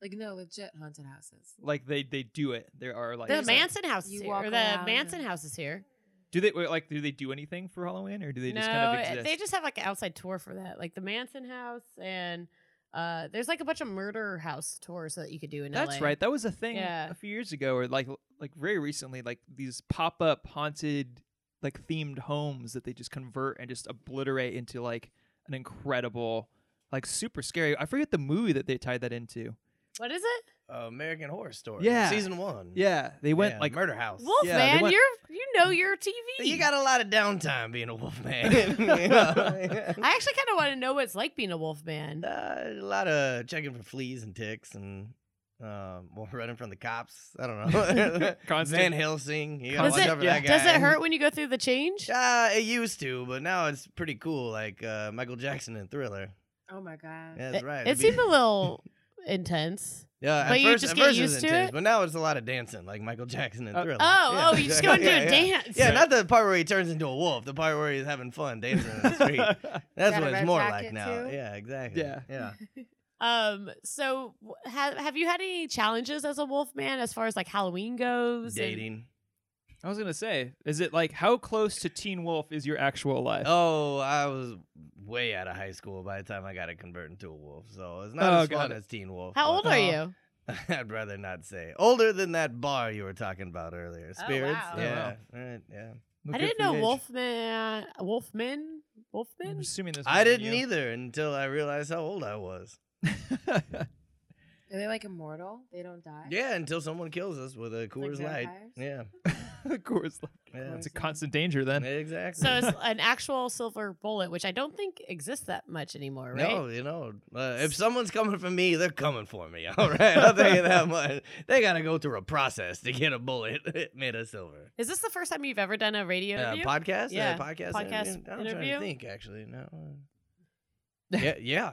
Speaker 6: like no legit haunted houses.
Speaker 2: Like they they do it. There are like
Speaker 1: the
Speaker 6: There's a-
Speaker 1: manson house is
Speaker 6: you
Speaker 1: here
Speaker 6: walk
Speaker 1: or the
Speaker 6: around
Speaker 1: manson
Speaker 6: and-
Speaker 1: house is here
Speaker 2: do they wait, like do they do anything for Halloween or do they just
Speaker 1: no
Speaker 2: kind of
Speaker 1: it-
Speaker 2: exist?
Speaker 1: they just have like an outside tour for that like the manson house and uh there's like a bunch of murder house tours that you could do in
Speaker 2: That's
Speaker 1: LA.
Speaker 2: right. That was a thing
Speaker 1: Yeah.
Speaker 2: a few years ago, or like like very recently, like these pop up haunted like themed homes that they just convert and just obliterate into like an incredible, like super scary. I forget the movie that they tied that into.
Speaker 7: Mm.
Speaker 1: what is it
Speaker 7: American Horror Story.
Speaker 2: Yeah.
Speaker 7: Season one.
Speaker 2: Yeah, they went
Speaker 7: Yeah,
Speaker 2: like
Speaker 7: Murder House.
Speaker 1: wolf
Speaker 2: Yeah, they
Speaker 1: man
Speaker 2: went-
Speaker 1: you're you know your tv
Speaker 7: You got a lot of downtime being a wolf man. You know?
Speaker 1: I actually kind of want to know what it's like being a wolf man.
Speaker 7: Uh, a lot of checking for fleas and ticks and um, well, running from the cops. I don't know.
Speaker 2: Constant.
Speaker 7: Van Helsing. You gotta
Speaker 1: Does
Speaker 7: watch
Speaker 1: it,
Speaker 7: out for that guy.
Speaker 1: does it hurt when you go through the change?
Speaker 7: Uh, it used to, but now it's pretty cool, like uh, Michael Jackson in Thriller.
Speaker 6: Oh my god.
Speaker 7: Yeah,
Speaker 1: It,
Speaker 7: that's right.
Speaker 1: it seemed a little intense.
Speaker 7: Yeah, at
Speaker 1: but you
Speaker 7: first,
Speaker 1: just
Speaker 7: at
Speaker 1: get
Speaker 7: first it was
Speaker 1: used to
Speaker 7: intense,
Speaker 1: it?
Speaker 7: But now it's a lot of dancing, like Michael Jackson in
Speaker 2: Uh,
Speaker 7: Thriller.
Speaker 1: Oh,
Speaker 7: Yeah,
Speaker 1: oh, you just go into a
Speaker 7: exactly. Yeah, yeah.
Speaker 1: dance.
Speaker 7: Yeah, not the part where he turns into a wolf. The part where he's having fun dancing in the street. That's
Speaker 6: Got a
Speaker 7: what it's
Speaker 6: red
Speaker 7: more
Speaker 6: jacket,
Speaker 7: like now.
Speaker 6: too?
Speaker 7: Yeah, exactly.
Speaker 2: Yeah.
Speaker 7: yeah.
Speaker 1: Um. So, w- have have you had any challenges as a wolf man as far as like Halloween goes? and-
Speaker 7: Dating.
Speaker 2: I was gonna say, is it like how close to Teen Wolf is your actual life?
Speaker 7: Oh, I was way out of high school by the time I got to convert into a wolf, so it's not
Speaker 2: Oh,
Speaker 7: as
Speaker 2: got
Speaker 7: fun
Speaker 2: it.
Speaker 7: as Teen Wolf.
Speaker 1: How
Speaker 7: but-
Speaker 1: old are you?
Speaker 7: I'd rather not say. Older than that bar you were talking about earlier. Spirits.
Speaker 1: wow.
Speaker 2: Oh,
Speaker 7: Yeah.
Speaker 2: wow.
Speaker 7: Right, yeah.
Speaker 2: Well,
Speaker 1: I
Speaker 2: good
Speaker 1: didn't
Speaker 2: for your
Speaker 1: know
Speaker 2: age.
Speaker 1: Wolfman. Wolfman.
Speaker 2: I'm
Speaker 1: Wolfman.
Speaker 2: assuming this.
Speaker 7: I
Speaker 2: wasn't
Speaker 7: didn't either until I realized how old I was.
Speaker 2: you.
Speaker 6: Are they like immortal? They don't die.
Speaker 7: Yeah, until someone kills us with a Coors Light.
Speaker 6: vampires?
Speaker 7: Yeah.
Speaker 2: of course,
Speaker 7: yeah.
Speaker 2: it's a constant danger. Then
Speaker 7: Exactly.
Speaker 1: So it's an actual silver bullet, which I don't think exists that much anymore, right?
Speaker 7: No, you know, uh, if someone's coming for me, they're coming for me. All right, I'll tell you that much. They gotta go through a process to get a bullet made of silver.
Speaker 1: Is this the first time you've ever done a radio
Speaker 7: Uh,
Speaker 1: interview?
Speaker 7: podcast,
Speaker 1: Yeah,
Speaker 7: uh, podcast,
Speaker 1: podcast
Speaker 7: I'm
Speaker 1: interview?
Speaker 7: trying to think actually. No. uh, yeah, yeah.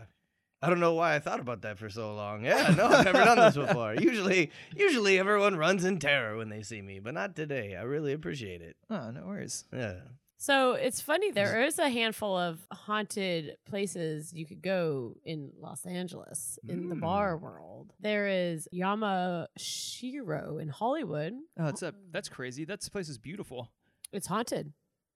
Speaker 7: I don't know why I thought about that for so long. Yeah, no, I've never done this before. Usually, usually everyone runs in terror when they see me, but not today. I really appreciate it.
Speaker 2: oh, no worries.
Speaker 7: Yeah.
Speaker 1: So it's funny. There is a handful of haunted places you could go in Los Angeles in the
Speaker 7: Mm.
Speaker 1: bar world. There is Yamashiro in Hollywood.
Speaker 2: Oh, it's a that's crazy. That place is beautiful.
Speaker 1: It's haunted.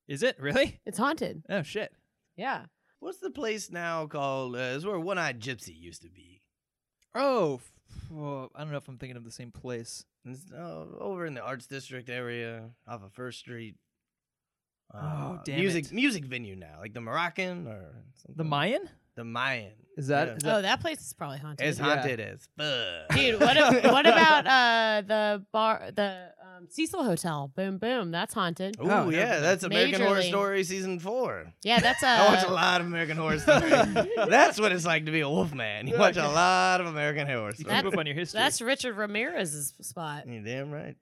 Speaker 2: Is it really?
Speaker 1: It's haunted.
Speaker 2: Oh shit.
Speaker 1: Yeah.
Speaker 7: What's the place now called? Uh, is where One Eyed Gypsy used to be.
Speaker 2: Oh, f- oh, I don't know if I'm thinking of the same place.
Speaker 7: It's uh, over in the Arts District area off of First Street. Uh,
Speaker 2: Oh, damn
Speaker 7: Music
Speaker 2: it.
Speaker 7: music venue now, like the Moroccan or something.
Speaker 2: The Mayan?
Speaker 7: The Mayan.
Speaker 2: Is that-
Speaker 7: Yeah.
Speaker 2: is
Speaker 1: Oh, that place is probably haunted.
Speaker 7: It's
Speaker 2: Yeah.
Speaker 7: haunted as fuck.
Speaker 1: Dude, what, a, what about uh, the bar, the um, Cecil Hotel? Boom, boom. That's haunted.
Speaker 7: Ooh,
Speaker 2: Oh,
Speaker 7: yeah,
Speaker 2: no.
Speaker 7: that's American Horror
Speaker 1: Majorly.
Speaker 7: Story season four.
Speaker 1: Yeah, that's uh,
Speaker 7: I watch a lot of American Horror Story. that's what it's like to be a wolf man. You watch a lot of American Horror
Speaker 2: You
Speaker 7: Story.
Speaker 2: keep
Speaker 1: That's-
Speaker 2: up on your history.
Speaker 7: Mm.
Speaker 1: That's Richard Ramirez's spot.
Speaker 7: You damn right.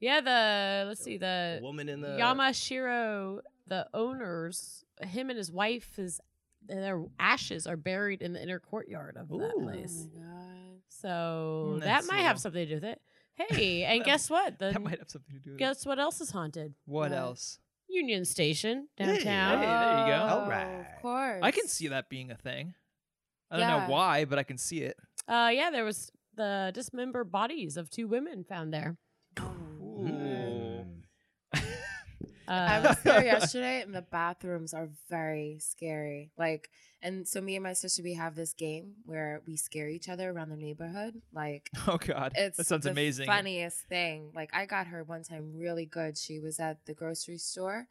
Speaker 1: Yeah, the let's see the
Speaker 7: woman in the
Speaker 1: Yamashiro, the owners, him and his wife, his their ashes are buried in the inner courtyard of that
Speaker 7: Ooh.
Speaker 1: place.
Speaker 6: Oh my god.
Speaker 1: So
Speaker 2: Mm,
Speaker 1: that
Speaker 2: that's
Speaker 1: might have
Speaker 2: evil.
Speaker 1: something to do with it. Hey, and guess what? The,
Speaker 2: That might have something to do with it.
Speaker 1: guess what else is haunted?
Speaker 2: What
Speaker 6: What?
Speaker 2: else?
Speaker 1: Union Station
Speaker 7: Hey,
Speaker 1: downtown.
Speaker 2: hey. there you go.
Speaker 6: Oh,
Speaker 7: Alright.
Speaker 6: Of course.
Speaker 2: I can see that being a thing. I don't
Speaker 6: Yeah.
Speaker 2: know why, but I can see it.
Speaker 1: Uh, yeah, there was the dismembered bodies of two women found there.
Speaker 6: Oh.
Speaker 7: Mm.
Speaker 1: Uh,
Speaker 6: I was there yesterday, and the bathrooms are very scary. Like, and so me and my sister, we have this game where we scare each other around the neighborhood. Like,
Speaker 2: Oh god,
Speaker 6: it's
Speaker 2: that sounds
Speaker 6: the
Speaker 2: amazing.
Speaker 6: Funniest thing. Like, I got her one time really good. She was at the grocery store,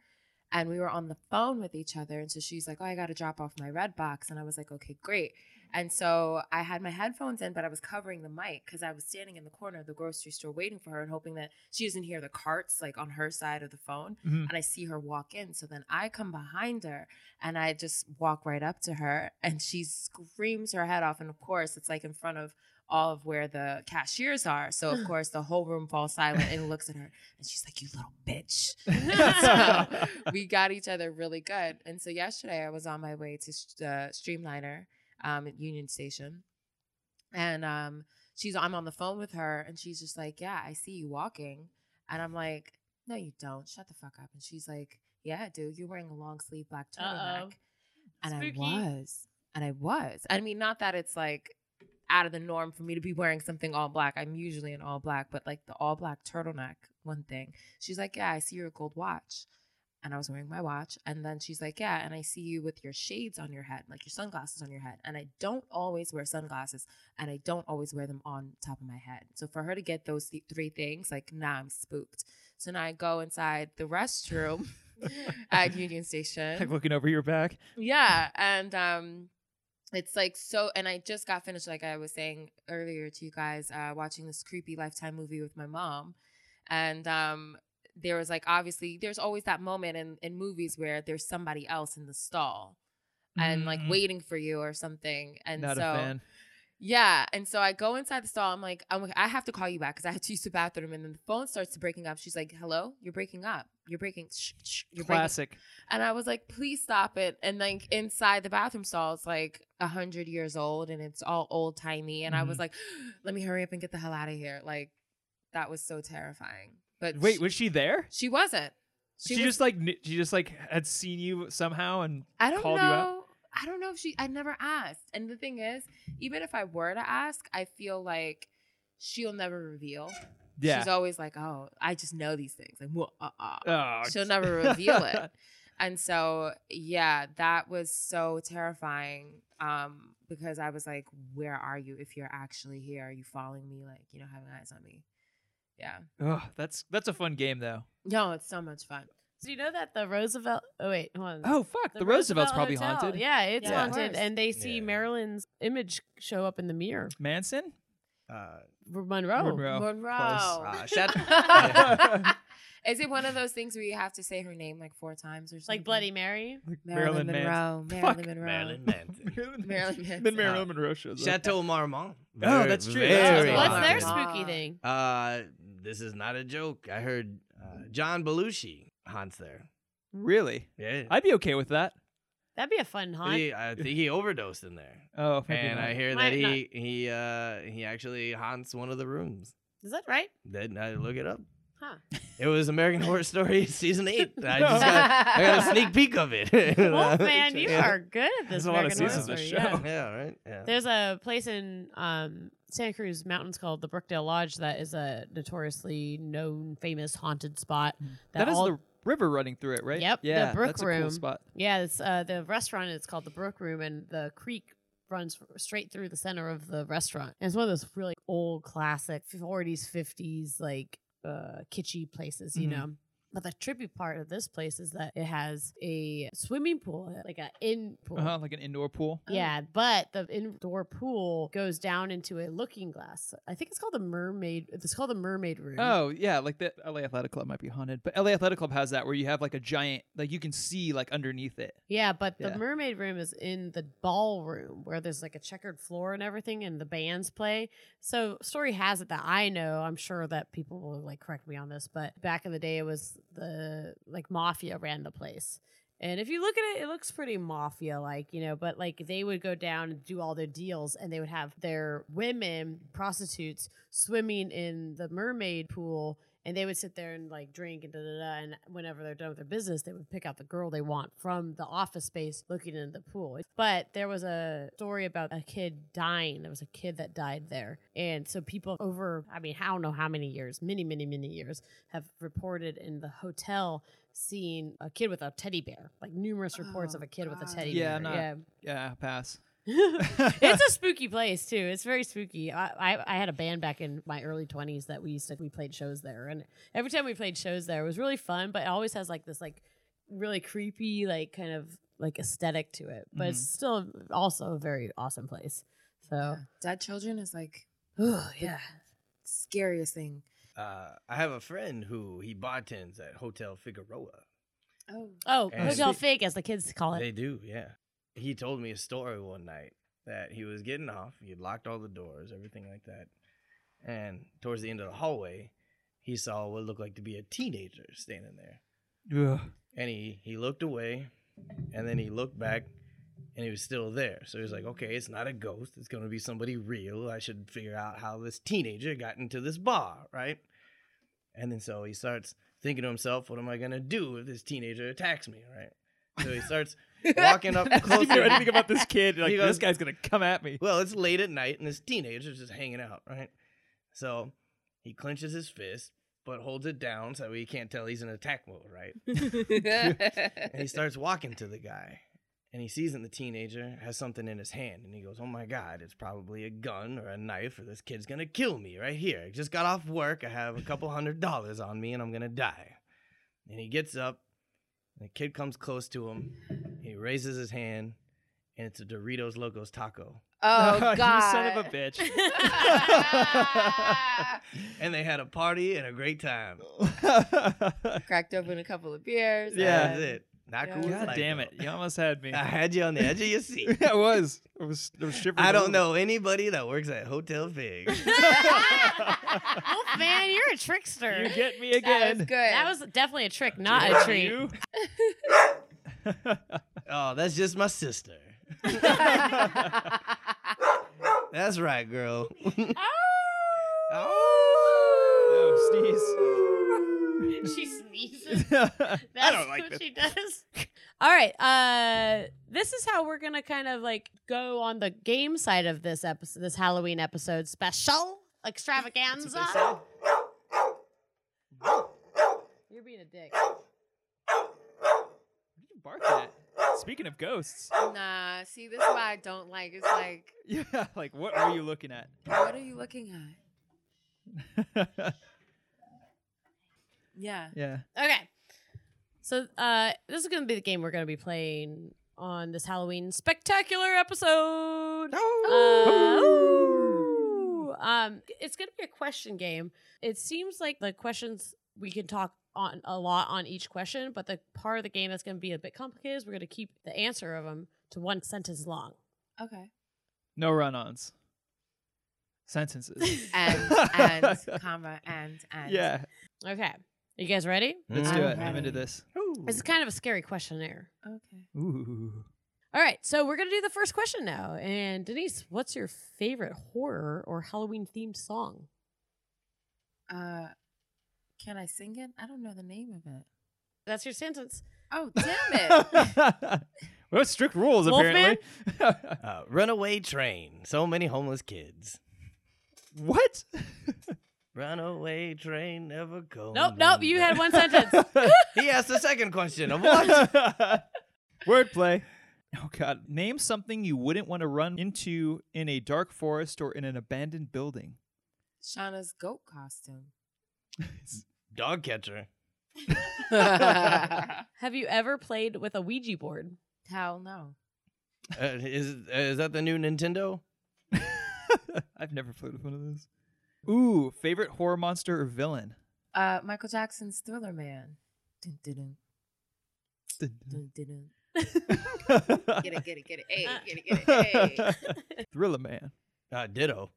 Speaker 6: and we were on the phone with each other. And so she's like, "Oh, I got to drop off my red box," and I was like, "Okay, great." And so I had my headphones in, but I was covering the mic because I was standing in the corner of the grocery store waiting for her and hoping that she doesn't hear the carts like on her side of the phone
Speaker 2: Mhm.
Speaker 6: and I see her walk in. So then I come behind her and I just walk right up to her and she screams her head off. And of course, it's like in front of all of where the cashiers are. So of course, the whole room falls silent and looks at her and she's like, You little bitch. So we got each other really good. And so yesterday I was on my way to sh- uh, Streamliner um, at Union Station. And um, she's, I'm on the phone with her and she's just like, Yeah, I see you walking. And I'm like, no, you don't. Shut the fuck up. And she's like, yeah, I do. You're wearing a long sleeve black turtleneck.
Speaker 1: Uh-oh.
Speaker 6: And
Speaker 1: Spooky.
Speaker 6: I was. And I was. I mean, not that it's like out of the norm for me to be wearing something all black. I'm usually in all black, but like the all black turtleneck, one thing. She's like, yeah, I see your gold watch. And I was wearing my watch. And then she's like, yeah, and I see you with your shades on your head, like your sunglasses on your head. And I don't always wear sunglasses and I don't always wear them on top of my head. So for her to get those th- three things, like now I'm spooked. So now I go inside the restroom at Union
Speaker 2: like
Speaker 6: Station.
Speaker 2: looking over your back.
Speaker 6: Yeah, and um, it's like so. And I just got finished, like I was saying earlier to you guys, uh, watching this creepy Lifetime movie with my mom, and um. There was like obviously there's always that moment in, in movies where there's somebody else in the stall and like
Speaker 2: Mhm.
Speaker 6: waiting for you or something. And
Speaker 2: Not
Speaker 6: so
Speaker 2: a fan.
Speaker 6: yeah, and so I go inside the stall. I'm like, I'm like, I have to call you back because I have to use the bathroom. And then the phone starts breaking up. She's like, "Hello, you're breaking up. You're breaking. Shh, shh, you're breaking
Speaker 2: Classic.
Speaker 6: and I was like, please stop it. And like inside the bathroom stall, it's like a hundred years old and it's all old timey. And I was
Speaker 2: Mhm.
Speaker 6: like, let me hurry up and get the hell out of here. Like that was so terrifying. But
Speaker 2: Wait,
Speaker 6: she,
Speaker 2: was she there?
Speaker 6: she wasn't.
Speaker 2: She,
Speaker 6: was-
Speaker 2: just like kn- she just like had seen you somehow and
Speaker 6: I don't
Speaker 2: called you out?
Speaker 6: know. I don't know if she. I never asked. And the thing is, even if I were to ask, I feel like she'll never reveal.
Speaker 2: yeah.
Speaker 6: She's always like, "Oh, I just know these things." Like, well, uh, uh.
Speaker 2: oh,
Speaker 6: she'll never reveal it. And so, yeah, that was so terrifying. Um, because I was like, "Where are you? If you're actually here, are you following me? Like, you know, having eyes on me?" Yeah.
Speaker 2: Ugh, that's that's a fun game though.
Speaker 6: No, it's so much fun.
Speaker 1: do you know that the Roosevelt? Oh wait, hold on.
Speaker 2: Oh fuck, the, Roosevelt's probably
Speaker 1: Hotel.
Speaker 2: haunted.
Speaker 1: Yeah, it's
Speaker 2: Yeah.
Speaker 6: Of
Speaker 1: haunted,
Speaker 6: course.
Speaker 1: and they see
Speaker 7: Yeah.
Speaker 1: Marilyn's image show up in the mirror.
Speaker 2: Manson.
Speaker 7: Uh,
Speaker 1: Monroe.
Speaker 2: Monroe.
Speaker 6: Monroe.
Speaker 7: uh, shut.
Speaker 6: Is it one of those things where you have to say her name like four times or something?
Speaker 1: like Bloody Mary.
Speaker 2: Marilyn
Speaker 6: Marilyn, Monroe.
Speaker 2: Fuck.
Speaker 6: Marilyn Monroe.
Speaker 7: Marilyn Manson.
Speaker 6: Marilyn Manson.
Speaker 2: Then Marilyn Monroe shows up.
Speaker 7: Chateau Marmont.
Speaker 2: Oh, that's true. That's
Speaker 7: Very
Speaker 2: Very
Speaker 1: What's
Speaker 7: haunted.
Speaker 1: their
Speaker 6: haunted.
Speaker 1: spooky
Speaker 6: Ah.
Speaker 1: thing?
Speaker 7: Uh, this is not a joke. I heard uh, John Belushi haunts there.
Speaker 2: Really?
Speaker 7: Yeah.
Speaker 2: I'd be okay with that.
Speaker 1: That'd be a fun haunt.
Speaker 7: He- I think he overdosed in there.
Speaker 2: Oh, maybe
Speaker 7: And
Speaker 2: not.
Speaker 7: I hear
Speaker 1: Might
Speaker 7: that he he uh he actually haunts one of the rooms.
Speaker 1: Is that right?
Speaker 7: Did I look it up?
Speaker 1: Huh.
Speaker 7: It was American Horror Story season eight. I just got, I got a sneak peek of it.
Speaker 1: Wolfman, you are good at this.
Speaker 2: There's a lot of
Speaker 1: American Horror
Speaker 2: seasons of
Speaker 1: Story,
Speaker 2: show.
Speaker 1: yeah.
Speaker 7: Yeah, right. Yeah.
Speaker 1: There's a place in um, Santa Cruz Mountains called the Brookdale Lodge that is a notoriously known, famous haunted spot.
Speaker 2: that is
Speaker 1: all-
Speaker 2: the river running through it, right?
Speaker 1: Yep, the
Speaker 2: Yeah,
Speaker 1: Brook
Speaker 2: that's a
Speaker 1: Room.
Speaker 2: cool spot.
Speaker 1: Yeah, it's uh, the restaurant. It's called the Brook Room, and the creek runs f- straight through the center of the restaurant. And it's one of those really old, classic '40s, '50s, like uh, kitschy places, you
Speaker 2: Mhm.
Speaker 1: know. But the trippy part of this place is that it has a swimming pool, like an in pool.
Speaker 2: Uh-huh, like an indoor pool.
Speaker 1: Yeah, but the indoor pool goes down into a looking glass. I think it's called the mermaid. It's called the mermaid room.
Speaker 2: Oh yeah, like the LA Athletic Club might be haunted, but LA Athletic Club has that where you have like a giant, like you can see like underneath it.
Speaker 1: Yeah, but the
Speaker 2: Yeah.
Speaker 1: mermaid room is in the ballroom where there's like a checkered floor and everything, and the bands play. So story has it that I know. I'm sure that people will like correct me on this, but back in the day, it was the like mafia ran the place. And if you look at it, it looks pretty mafia like, you know, but like they would go down and do all their deals and they would have their women, prostitutes, swimming in the mermaid pool and they would sit there and like drink and da da da. And whenever they're done with their business, they would pick out the girl they want from the office space looking into the pool. But there was a story about a kid dying. There was a kid that died there. And so people over, I mean, I don't know how many years, many, many, many years, have reported in the hotel seeing a kid with a teddy bear, like numerous reports
Speaker 6: Oh,
Speaker 1: of a kid with a
Speaker 6: God.
Speaker 1: teddy
Speaker 2: Yeah,
Speaker 1: bear.
Speaker 2: not-
Speaker 1: yeah.
Speaker 2: Yeah, pass.
Speaker 1: it's a spooky place too. It's very spooky. I, I I had a band back in my early twenties that we used to we played shows there, and every time we played shows there, it was really fun. But it always has like this like really creepy like kind of like aesthetic to it. But it's still also a very awesome place. So
Speaker 6: Dead children is like
Speaker 1: oh
Speaker 6: yeah. scariest thing.
Speaker 7: Uh, I have a friend who he bartends at Hotel Figueroa.
Speaker 6: Oh,
Speaker 1: Oh,
Speaker 7: And-
Speaker 1: Hotel Fake as the kids call it.
Speaker 7: They do, yeah. He told me a story one night that he was getting off. He had locked all the doors, everything like that. And towards the end of the hallway, he saw what looked like to be a teenager standing there.
Speaker 2: Ugh.
Speaker 7: And he, he looked away, and then he looked back, and he was still there. So he was like, okay, it's not a ghost. It's going to be somebody real. I should figure out how this teenager got into this bar, right? And then so he starts thinking to himself, what am I going to do if this teenager attacks me, right? So he starts walking up
Speaker 2: If you know
Speaker 7: closer.
Speaker 2: anything about this kid, you're like
Speaker 7: He
Speaker 2: this
Speaker 7: goes-
Speaker 2: guy's gonna come at me.
Speaker 7: Well, it's late at night and this teenager's just hanging out, right? So he clenches his fist, but holds it down so he can't tell he's in attack mode, right? and he starts walking to the guy. And he sees in the teenager has something in his hand, and he goes, "Oh my God! It's probably a gun or a knife, or this kid's gonna kill me right here. I just got off work. I have a couple hundred dollars on me, and I'm gonna die." And he gets up, and the kid comes close to him. He raises his hand, and it's a Doritos Locos taco.
Speaker 6: oh God!
Speaker 2: you son of a bitch.
Speaker 7: and they had a party and a great time.
Speaker 6: Cracked open a couple of beers. um,
Speaker 2: Yeah.
Speaker 7: That's it. Not cool. as
Speaker 2: God
Speaker 7: life,
Speaker 2: damn
Speaker 7: though.
Speaker 2: it! You almost had me.
Speaker 7: I had you on the edge of your seat.
Speaker 2: Yeah, it was. It was. It was shivering
Speaker 7: I
Speaker 2: over.
Speaker 7: don't know anybody that works at Hotel Fig.
Speaker 1: Wolf man, you're a trickster.
Speaker 2: You get me
Speaker 6: That was
Speaker 2: again.
Speaker 6: good.
Speaker 1: that was definitely a trick, not a treat.
Speaker 2: You?
Speaker 7: oh, that's just my sister. that's right, girl. Oh.
Speaker 2: No, sneeze.
Speaker 1: she sneezes. That's
Speaker 7: I don't like
Speaker 1: what
Speaker 7: this.
Speaker 1: she does. All right. Uh this is how we're gonna kind of like go on the game side of this episode this Halloween episode special extravaganza. You're being a dick.
Speaker 2: You bark at. Speaking of ghosts,
Speaker 6: nah, see, this is why I don't like. It's like,
Speaker 2: yeah, like what are you looking at?
Speaker 6: what are you looking at? Yeah.
Speaker 2: yeah.
Speaker 1: Okay. So uh this is gonna be the game we're gonna be playing on this Halloween spectacular episode. Uh, ooh. um, it's gonna be a question game. It seems like the questions we can talk on a lot on each question, but the part of the game that's gonna be a bit complicated is we're gonna keep the answer of them to one sentence long.
Speaker 6: Okay.
Speaker 2: No run-ons. Sentences.
Speaker 6: And and comma and and.
Speaker 2: yeah.
Speaker 1: Okay, you guys ready?
Speaker 2: Let's do
Speaker 6: I'm
Speaker 2: it. I'm
Speaker 6: ready.
Speaker 2: into this.
Speaker 1: This is kind of a scary questionnaire.
Speaker 6: Okay.
Speaker 2: Ooh.
Speaker 1: All right, so we're gonna do the first question now. And Denise, what's your favorite horror or Halloween themed song?
Speaker 6: Uh, can I sing it? I don't know the name of it.
Speaker 1: That's your sentence.
Speaker 6: Oh damn it!
Speaker 2: well, strict rules apparently.
Speaker 7: Uh, runaway train. So many homeless kids.
Speaker 2: what?
Speaker 7: Runaway train never goes.
Speaker 1: Nope, nope. You had one sentence.
Speaker 7: He asked the second question of what?
Speaker 2: Wordplay. Oh god. Name something you wouldn't want to run into in a dark forest or in an abandoned building.
Speaker 6: Shauna's goat costume.
Speaker 7: Dog catcher.
Speaker 1: Have you ever played with a Ouija board?
Speaker 6: Hell no.
Speaker 7: Uh, is uh, is that the new Nintendo?
Speaker 2: I've never played with one of those. Ooh, favorite horror monster or villain?
Speaker 6: Uh, Michael Jackson's Thriller Man. Dun, dun, dun, dun, dun, dun. Get it, get it, get it. Hey, get it, get it. Hey.
Speaker 2: Thriller Man.
Speaker 7: Uh, ditto.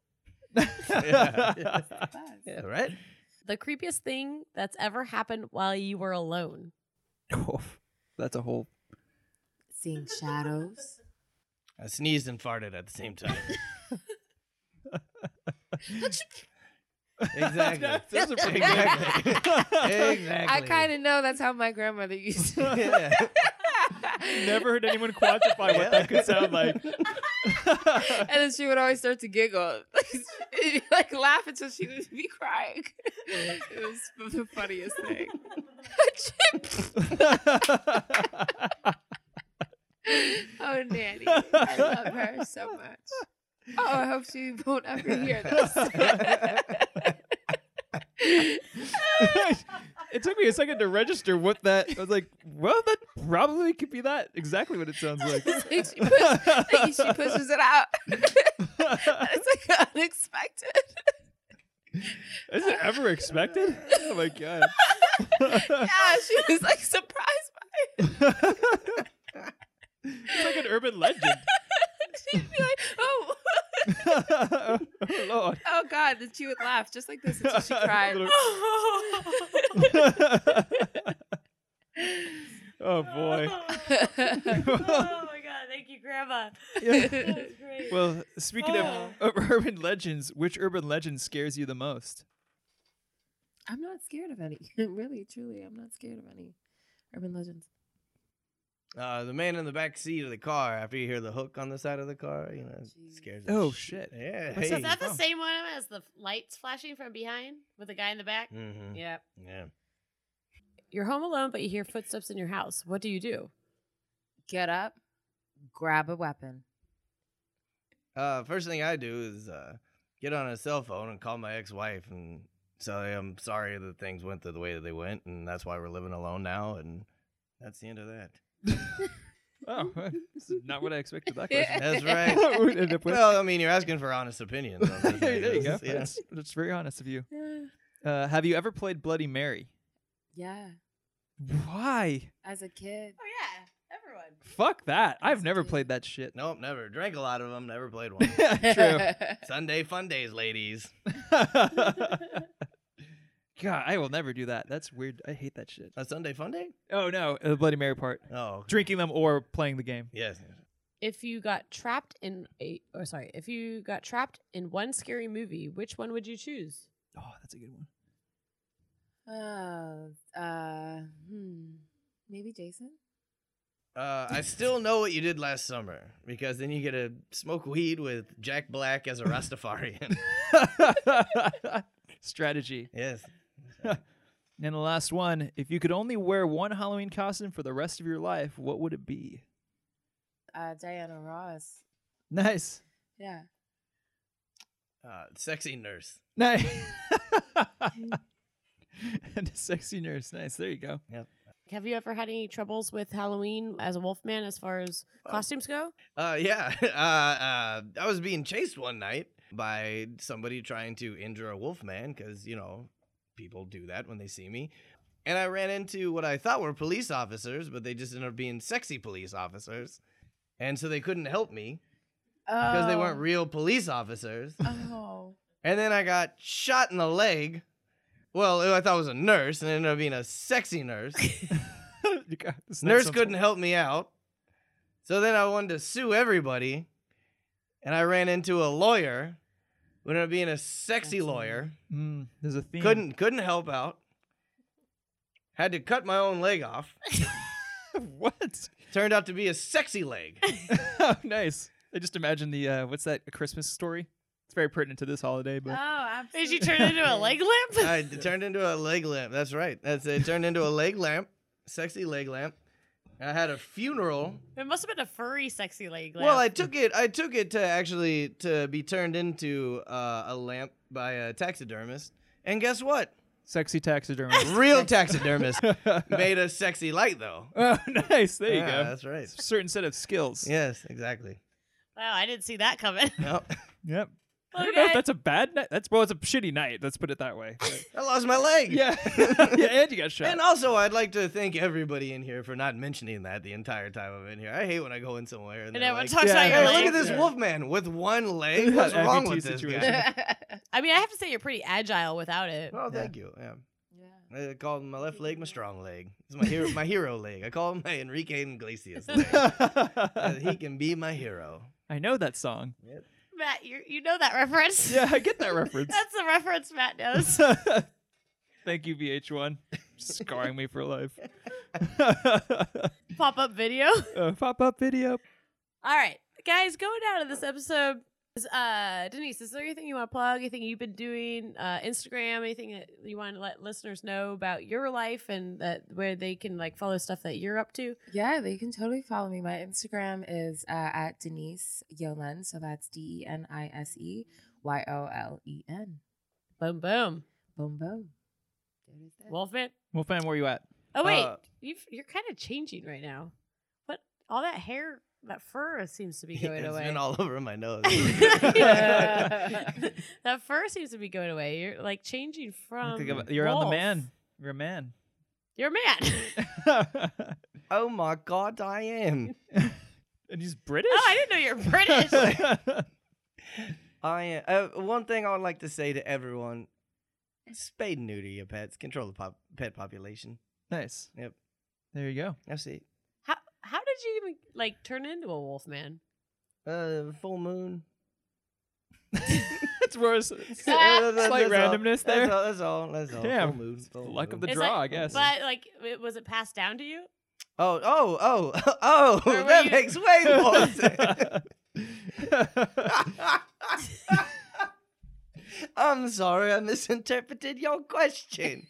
Speaker 2: yeah.
Speaker 7: Yeah, right.
Speaker 1: The creepiest thing that's ever happened while you were alone.
Speaker 2: Oof, that's a whole.
Speaker 6: Seeing shadows.
Speaker 7: I sneezed and farted at the same time. Exactly.
Speaker 2: Those are pretty
Speaker 7: Exactly.
Speaker 2: good.
Speaker 6: I kind of know that's how my grandmother used to.
Speaker 7: Yeah.
Speaker 2: Never heard anyone quantify what that could sound like.
Speaker 6: and then she would always start to giggle, like laugh until she would be crying. it was the funniest thing. oh, Nanny, I love her so much. Oh, I hope she won't ever hear this.
Speaker 2: it took me a second to register what that. I was like, well, that probably could be that exactly what it sounds like.
Speaker 6: she, push, like, she pushes it out. it's like unexpected.
Speaker 2: Is it ever expected? Oh my god.
Speaker 6: Yeah, she was like surprised by it.
Speaker 2: it's like an urban legend.
Speaker 6: She'd be like, oh,
Speaker 2: oh, Lord.
Speaker 6: oh God. Then she would laugh just like this until she cried.
Speaker 2: oh boy.
Speaker 1: oh my god, thank you, Grandma. That was great.
Speaker 2: Well, speaking of, of urban legends, which urban legend scares you the most?
Speaker 6: I'm not scared of any. really, truly, I'm not scared of any urban legends.
Speaker 7: Uh, the man in the back seat of the car. After you hear the hook on the side of the car, you know, it scares. the
Speaker 2: Oh,
Speaker 7: sh-
Speaker 2: shit.
Speaker 7: Yeah.
Speaker 2: What's
Speaker 1: Is
Speaker 2: that?
Speaker 1: that the same one as the lights flashing from behind with the guy in the back?
Speaker 7: hmm
Speaker 1: Yeah.
Speaker 7: Yeah.
Speaker 1: You're home alone, but you hear footsteps in your house. What do you do?
Speaker 6: Get up, grab a weapon.
Speaker 7: Uh, first thing I do is uh, get on a cell phone and call my ex-wife and say I'm sorry that things went the way that they went, and that's why we're living alone now, and that's the end of that.
Speaker 2: Oh, this is not what I expected that question.
Speaker 7: That's right.
Speaker 2: We'd end up with-
Speaker 7: Well, I mean, you're asking for honest opinions. on
Speaker 2: Hey,
Speaker 7: this, I
Speaker 2: there you go.
Speaker 7: guess. Yeah.
Speaker 2: That's, that's very honest of you. Uh, have you ever played Bloody Mary?
Speaker 6: Yeah,
Speaker 2: Why?
Speaker 6: as a kid.
Speaker 1: Oh yeah, everyone.
Speaker 2: Fuck that. I've
Speaker 6: Let's
Speaker 2: never
Speaker 6: do it.
Speaker 2: played that shit.
Speaker 7: Nope, never. Drank a lot of them. Never played one.
Speaker 2: True.
Speaker 7: Sunday fun days, ladies.
Speaker 2: God, I will never do that. That's weird. I hate that shit.
Speaker 7: A Sunday fun day?
Speaker 2: Oh no, the Bloody Mary part.
Speaker 7: Oh,
Speaker 2: Drinking them or playing the game.
Speaker 7: yes.
Speaker 1: If you got trapped in a, or sorry, if you got trapped in one scary movie, which one would you choose?
Speaker 2: Oh, that's a good one.
Speaker 6: oh, uh, hmm. Maybe Jason?
Speaker 7: Uh, I still know what you did last summer because then you get to smoke weed with Jack Black as a Rastafarian.
Speaker 2: Strategy.
Speaker 7: yes.
Speaker 2: And the last one. If you could only wear one Halloween costume for the rest of your life, what would it be?
Speaker 6: Uh, Diana Ross.
Speaker 2: Nice.
Speaker 6: Yeah.
Speaker 7: Uh, sexy nurse.
Speaker 2: Nice. and a sexy nurse. Nice. There you go.
Speaker 1: Have you ever had any troubles with Halloween as a Wolfman, as far as
Speaker 7: Um,
Speaker 1: costumes go?
Speaker 7: Uh, yeah. Uh, uh, I was being chased one night by somebody trying to injure a wolf man because, you know, people do that when they see me. And I ran into what I thought were police officers, but they just ended up being sexy police officers. And so they couldn't help me because they weren't
Speaker 6: Oh.
Speaker 7: real police officers.
Speaker 6: Oh.
Speaker 7: And then I got shot in the leg. Well, I thought it was a nurse, and it ended up being a sexy nurse.
Speaker 2: You got- this next
Speaker 7: nurse
Speaker 2: one's-
Speaker 7: couldn't help me out. So then I wanted to sue everybody, and I ran into a lawyer. We ended up being a sexy lawyer.
Speaker 2: Mm, there's a theme.
Speaker 7: Couldn't couldn't help out. Had to cut my own leg off.
Speaker 2: what?
Speaker 7: Turned out to be a sexy leg.
Speaker 2: oh, nice. I just imagine the uh, what's that? A Christmas story. It's very pertinent to this holiday,
Speaker 5: Uh,
Speaker 6: Oh,
Speaker 2: but
Speaker 6: absolutely.
Speaker 1: Did you turn into a leg lamp?
Speaker 7: I it turned into a leg lamp. That's right. That's it. Turned into a leg lamp. Sexy leg lamp. I had a funeral.
Speaker 1: It must have been a furry, sexy leg lamp.
Speaker 7: Well, I took it. I took it to actually to be turned into uh, a lamp by a taxidermist. And guess what?
Speaker 2: Sexy taxidermist.
Speaker 7: Real taxidermist
Speaker 2: oh,
Speaker 7: made a sexy light though.
Speaker 2: nice. There you
Speaker 7: Yeah,
Speaker 2: go.
Speaker 7: That's right.
Speaker 2: certain set of skills.
Speaker 7: Yes, exactly.
Speaker 1: Wow, I didn't see that coming.
Speaker 7: Yep.
Speaker 2: Yep. I don't know
Speaker 1: Okay.
Speaker 2: if that's a bad night. That's well, it's a shitty night. Let's put it that way. But-
Speaker 7: I lost my leg.
Speaker 2: yeah. yeah. And you got shot.
Speaker 7: And also, I'd like to thank everybody in here for not mentioning that the entire time I'm in here. I hate when I go in somewhere
Speaker 1: And
Speaker 7: and, they're
Speaker 1: everyone
Speaker 7: like,
Speaker 1: talks
Speaker 2: Yeah,
Speaker 1: about
Speaker 7: "Hey,
Speaker 1: your
Speaker 7: look
Speaker 1: leg.
Speaker 7: at this
Speaker 2: Yeah.
Speaker 7: wolfman with one leg. What's wrong
Speaker 2: Amputee
Speaker 7: with this
Speaker 2: situation.
Speaker 7: guy?
Speaker 1: I mean, I have to say you're pretty agile without it.
Speaker 7: Oh, thank you. Yeah. I call my left leg my strong leg. It's my hero, my hero leg. I call him my Enrique Iglesias leg. Uh, he can be my hero.
Speaker 2: I know that song.
Speaker 1: Matt, you you know that reference.
Speaker 2: Yeah, I get that reference.
Speaker 1: That's the reference Matt knows.
Speaker 2: Thank you, VH1, scarring me for life.
Speaker 1: Pop up video.
Speaker 2: uh, pop up video.
Speaker 1: All right, guys, going down to this episode. is, Uh, Denise, is there anything you want to plug? Anything you've been doing? Uh, Instagram? Anything that you want to let listeners know about your life and that where they can like follow stuff that you're up to?
Speaker 6: Yeah, they can totally follow me. My Instagram is uh, at Denise Yolen. So that's D E N I S E Y O L E N.
Speaker 1: Boom, boom,
Speaker 6: Boom, boom. There it is there.
Speaker 1: Wolfman.
Speaker 2: Well, fam, where you at?
Speaker 1: Oh wait,
Speaker 7: Uh,
Speaker 1: You've, you're kind of changing right now. What all that hair, that fur seems to be
Speaker 7: It's
Speaker 1: going away.
Speaker 7: been all over my nose.
Speaker 1: Yeah. that fur seems to be going away. You're like changing
Speaker 2: I
Speaker 1: from.
Speaker 2: think of- you're on the
Speaker 1: wolf.
Speaker 2: man. You're a man.
Speaker 1: You're a man.
Speaker 2: and
Speaker 7: oh my God, I am.
Speaker 2: he's British.
Speaker 1: oh, I didn't know you're British.
Speaker 7: I am. Uh, one thing I would like to say to everyone: spade and neuter your pets. Control the pop- pet population.
Speaker 2: nice.
Speaker 7: Yep.
Speaker 2: There you go.
Speaker 7: That's it.
Speaker 1: how how did you even like turn into a wolf man?
Speaker 7: Uh, full moon.
Speaker 2: It's worse.
Speaker 7: Uh, that-
Speaker 2: Slight
Speaker 7: that's all.
Speaker 2: randomness
Speaker 7: That's
Speaker 2: there.
Speaker 7: all. That's all. That's all.
Speaker 2: Damn.
Speaker 7: Full moon. full
Speaker 2: the luck of
Speaker 7: moon.
Speaker 2: the draw, I guess.
Speaker 1: But like, it, was it passed down to you?
Speaker 7: Oh, oh, oh, oh!
Speaker 1: Or were
Speaker 7: that
Speaker 1: you-
Speaker 7: makes way more sense. I'm sorry, I misinterpreted your question.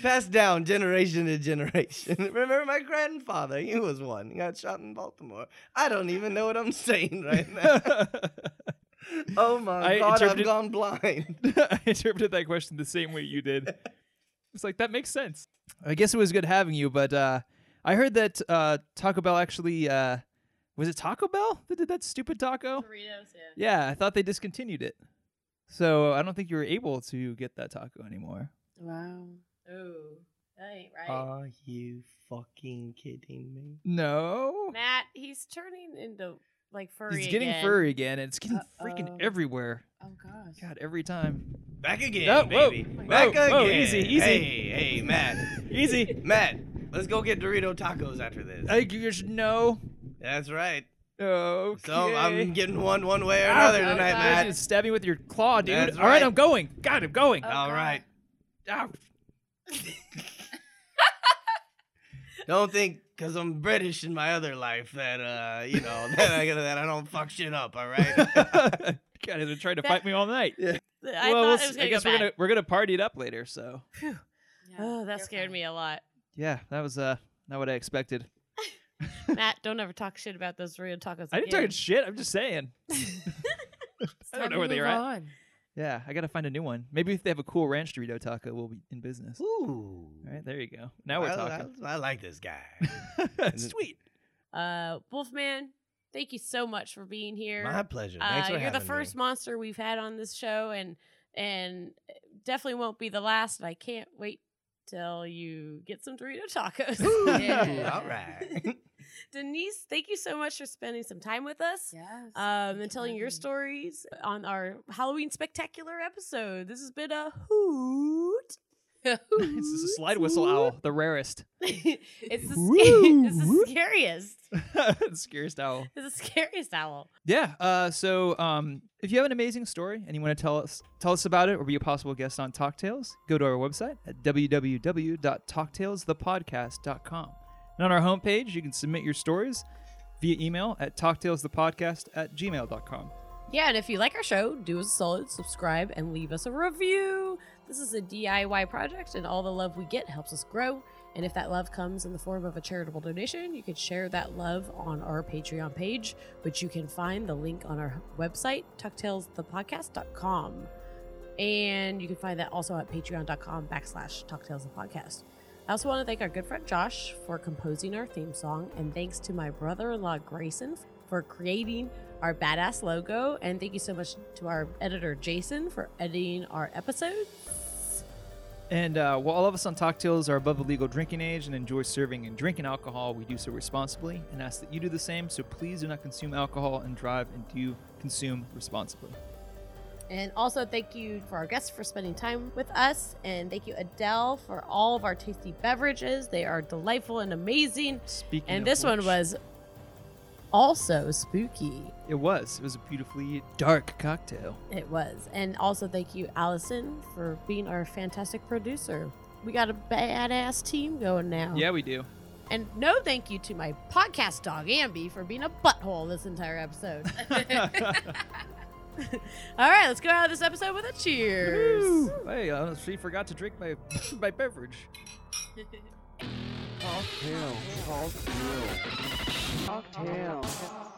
Speaker 7: Passed down generation to generation. Remember my grandfather? He was one. He got shot in Baltimore. I don't even know what I'm saying right now. Oh my
Speaker 2: I
Speaker 7: god,
Speaker 2: interpreted-
Speaker 7: I've gone blind.
Speaker 2: I interpreted that question the same way you did. It's like that makes sense. I guess it was good having you, but uh, I heard that uh, Taco Bell actually uh, was it Taco Bell that did that stupid taco?
Speaker 1: Burritos, yeah.
Speaker 2: Yeah, I thought they discontinued it, so I don't think you were able to get that taco anymore.
Speaker 6: Wow.
Speaker 1: Ooh, that ain't right.
Speaker 2: Uh,
Speaker 7: Are you fucking kidding me?
Speaker 2: No,
Speaker 1: Matt, he's turning into like furry.
Speaker 2: he's getting
Speaker 1: again.
Speaker 2: furry again, and it's getting
Speaker 6: Uh-oh.
Speaker 2: freaking everywhere.
Speaker 6: Oh, gosh.
Speaker 2: God, every time.
Speaker 7: Back again,
Speaker 2: No, whoa,
Speaker 7: baby.
Speaker 2: whoa,
Speaker 7: Back
Speaker 2: whoa,
Speaker 7: again.
Speaker 2: easy, easy.
Speaker 7: Hey, hey, Matt.
Speaker 2: Easy.
Speaker 7: Matt, let's go get Dorito tacos after this.
Speaker 2: I you should know.
Speaker 7: That's right.
Speaker 2: Okay.
Speaker 7: So um, I'm getting one one way or
Speaker 2: Ow.
Speaker 7: another tonight,
Speaker 2: You
Speaker 7: Matt.
Speaker 2: just Stab me with your claw, dude.
Speaker 7: That's
Speaker 2: All right, Oh.
Speaker 7: right.
Speaker 2: I'm going. God, I'm going.
Speaker 7: All right.
Speaker 2: Ow.
Speaker 7: Don't think because I'm British in my other life that uh you know that I that I don't fuck shit up. All right.
Speaker 2: God, they've been trying to fight me all night.
Speaker 1: I
Speaker 2: well,
Speaker 1: thought
Speaker 2: we'll
Speaker 1: it
Speaker 2: s-
Speaker 1: was
Speaker 2: I
Speaker 1: gonna go
Speaker 2: guess we're
Speaker 1: back.
Speaker 2: gonna we're gonna party it up later. So
Speaker 1: Oh, that scared me a lot.
Speaker 2: yeah, that was uh not what I expected.
Speaker 1: Matt, don't ever talk shit about those real tacos.
Speaker 2: I didn't
Speaker 1: again.
Speaker 2: talk shit. I'm just saying. I don't know where they are at. Yeah, I gotta find a new one. Maybe if they have a cool ranch Dorito taco, we'll be in business. All
Speaker 7: Ooh.
Speaker 2: right, there you go. Now we're
Speaker 7: I-
Speaker 2: talking.
Speaker 7: I, I like this guy.
Speaker 2: Sweet.
Speaker 1: Uh, Wolfman, thank you so much for being here.
Speaker 7: My pleasure.
Speaker 1: uh,
Speaker 7: Thanks for
Speaker 1: you're the
Speaker 7: having me.
Speaker 1: first monster we've had on this show, and and definitely won't be the last. And I can't wait till you get some Dorito tacos.
Speaker 7: Ooh,
Speaker 6: Yeah.
Speaker 7: All right.
Speaker 1: Denise, thank you so much for spending some time with us.
Speaker 6: Yes.
Speaker 1: Um,
Speaker 6: thank you
Speaker 1: and telling
Speaker 6: for
Speaker 1: your
Speaker 6: having me.
Speaker 1: stories on our Halloween spectacular episode. This has been a hoot.
Speaker 2: This is a slide whistle owl, the rarest,
Speaker 1: it's, the sc-
Speaker 2: Woo.
Speaker 1: it's the scariest.
Speaker 2: scariest owl.
Speaker 1: It's the scariest owl.
Speaker 2: Yeah. Uh, so um, if you have an amazing story and you want to tell us tell us about it or be a possible guest on Talk Tales, go to our website at www.talktalesthepodcast.com. And on our homepage, you can submit your stories via email at talktalesthepodcast at gmail.com.
Speaker 1: Yeah, and if you like our show, do us a solid, subscribe, and leave us a review. This is a DIY project, and all the love we get helps us grow. And if that love comes in the form of a charitable donation, you can share that love on our Patreon page, which you can find the link on our website, tucktailsthepodcast.com. And you can find that also at patreon.com backslash tucktailsthepodcast. I also want to thank our good friend Josh for composing our theme song, and thanks to my brother in law Grayson for creating our badass logo. And thank you so much to our editor Jason for editing our episodes.
Speaker 2: And uh, while all of us on Cocktails are above the legal drinking age and enjoy serving and drinking alcohol, we do so responsibly and ask that you do the same. So please do not consume alcohol and drive, and do consume responsibly.
Speaker 1: And also, thank you for our guests for spending time with us. And thank you, Adele, for all of our tasty beverages. They are delightful and amazing.
Speaker 2: Speaking
Speaker 1: And
Speaker 2: of
Speaker 1: this one
Speaker 2: which-
Speaker 1: was also spooky.
Speaker 2: It was. It was a beautifully dark cocktail.
Speaker 1: It was. And also, thank you, Allison, for being our fantastic producer. We got a badass team going now.
Speaker 2: Yeah, we do.
Speaker 1: And no thank you to my podcast dog, Ambi, for being a butthole this entire episode. All right, let's go out of this episode with a cheers.
Speaker 2: Hey, uh, she forgot to drink my my beverage.
Speaker 8: Cocktail. Cocktail.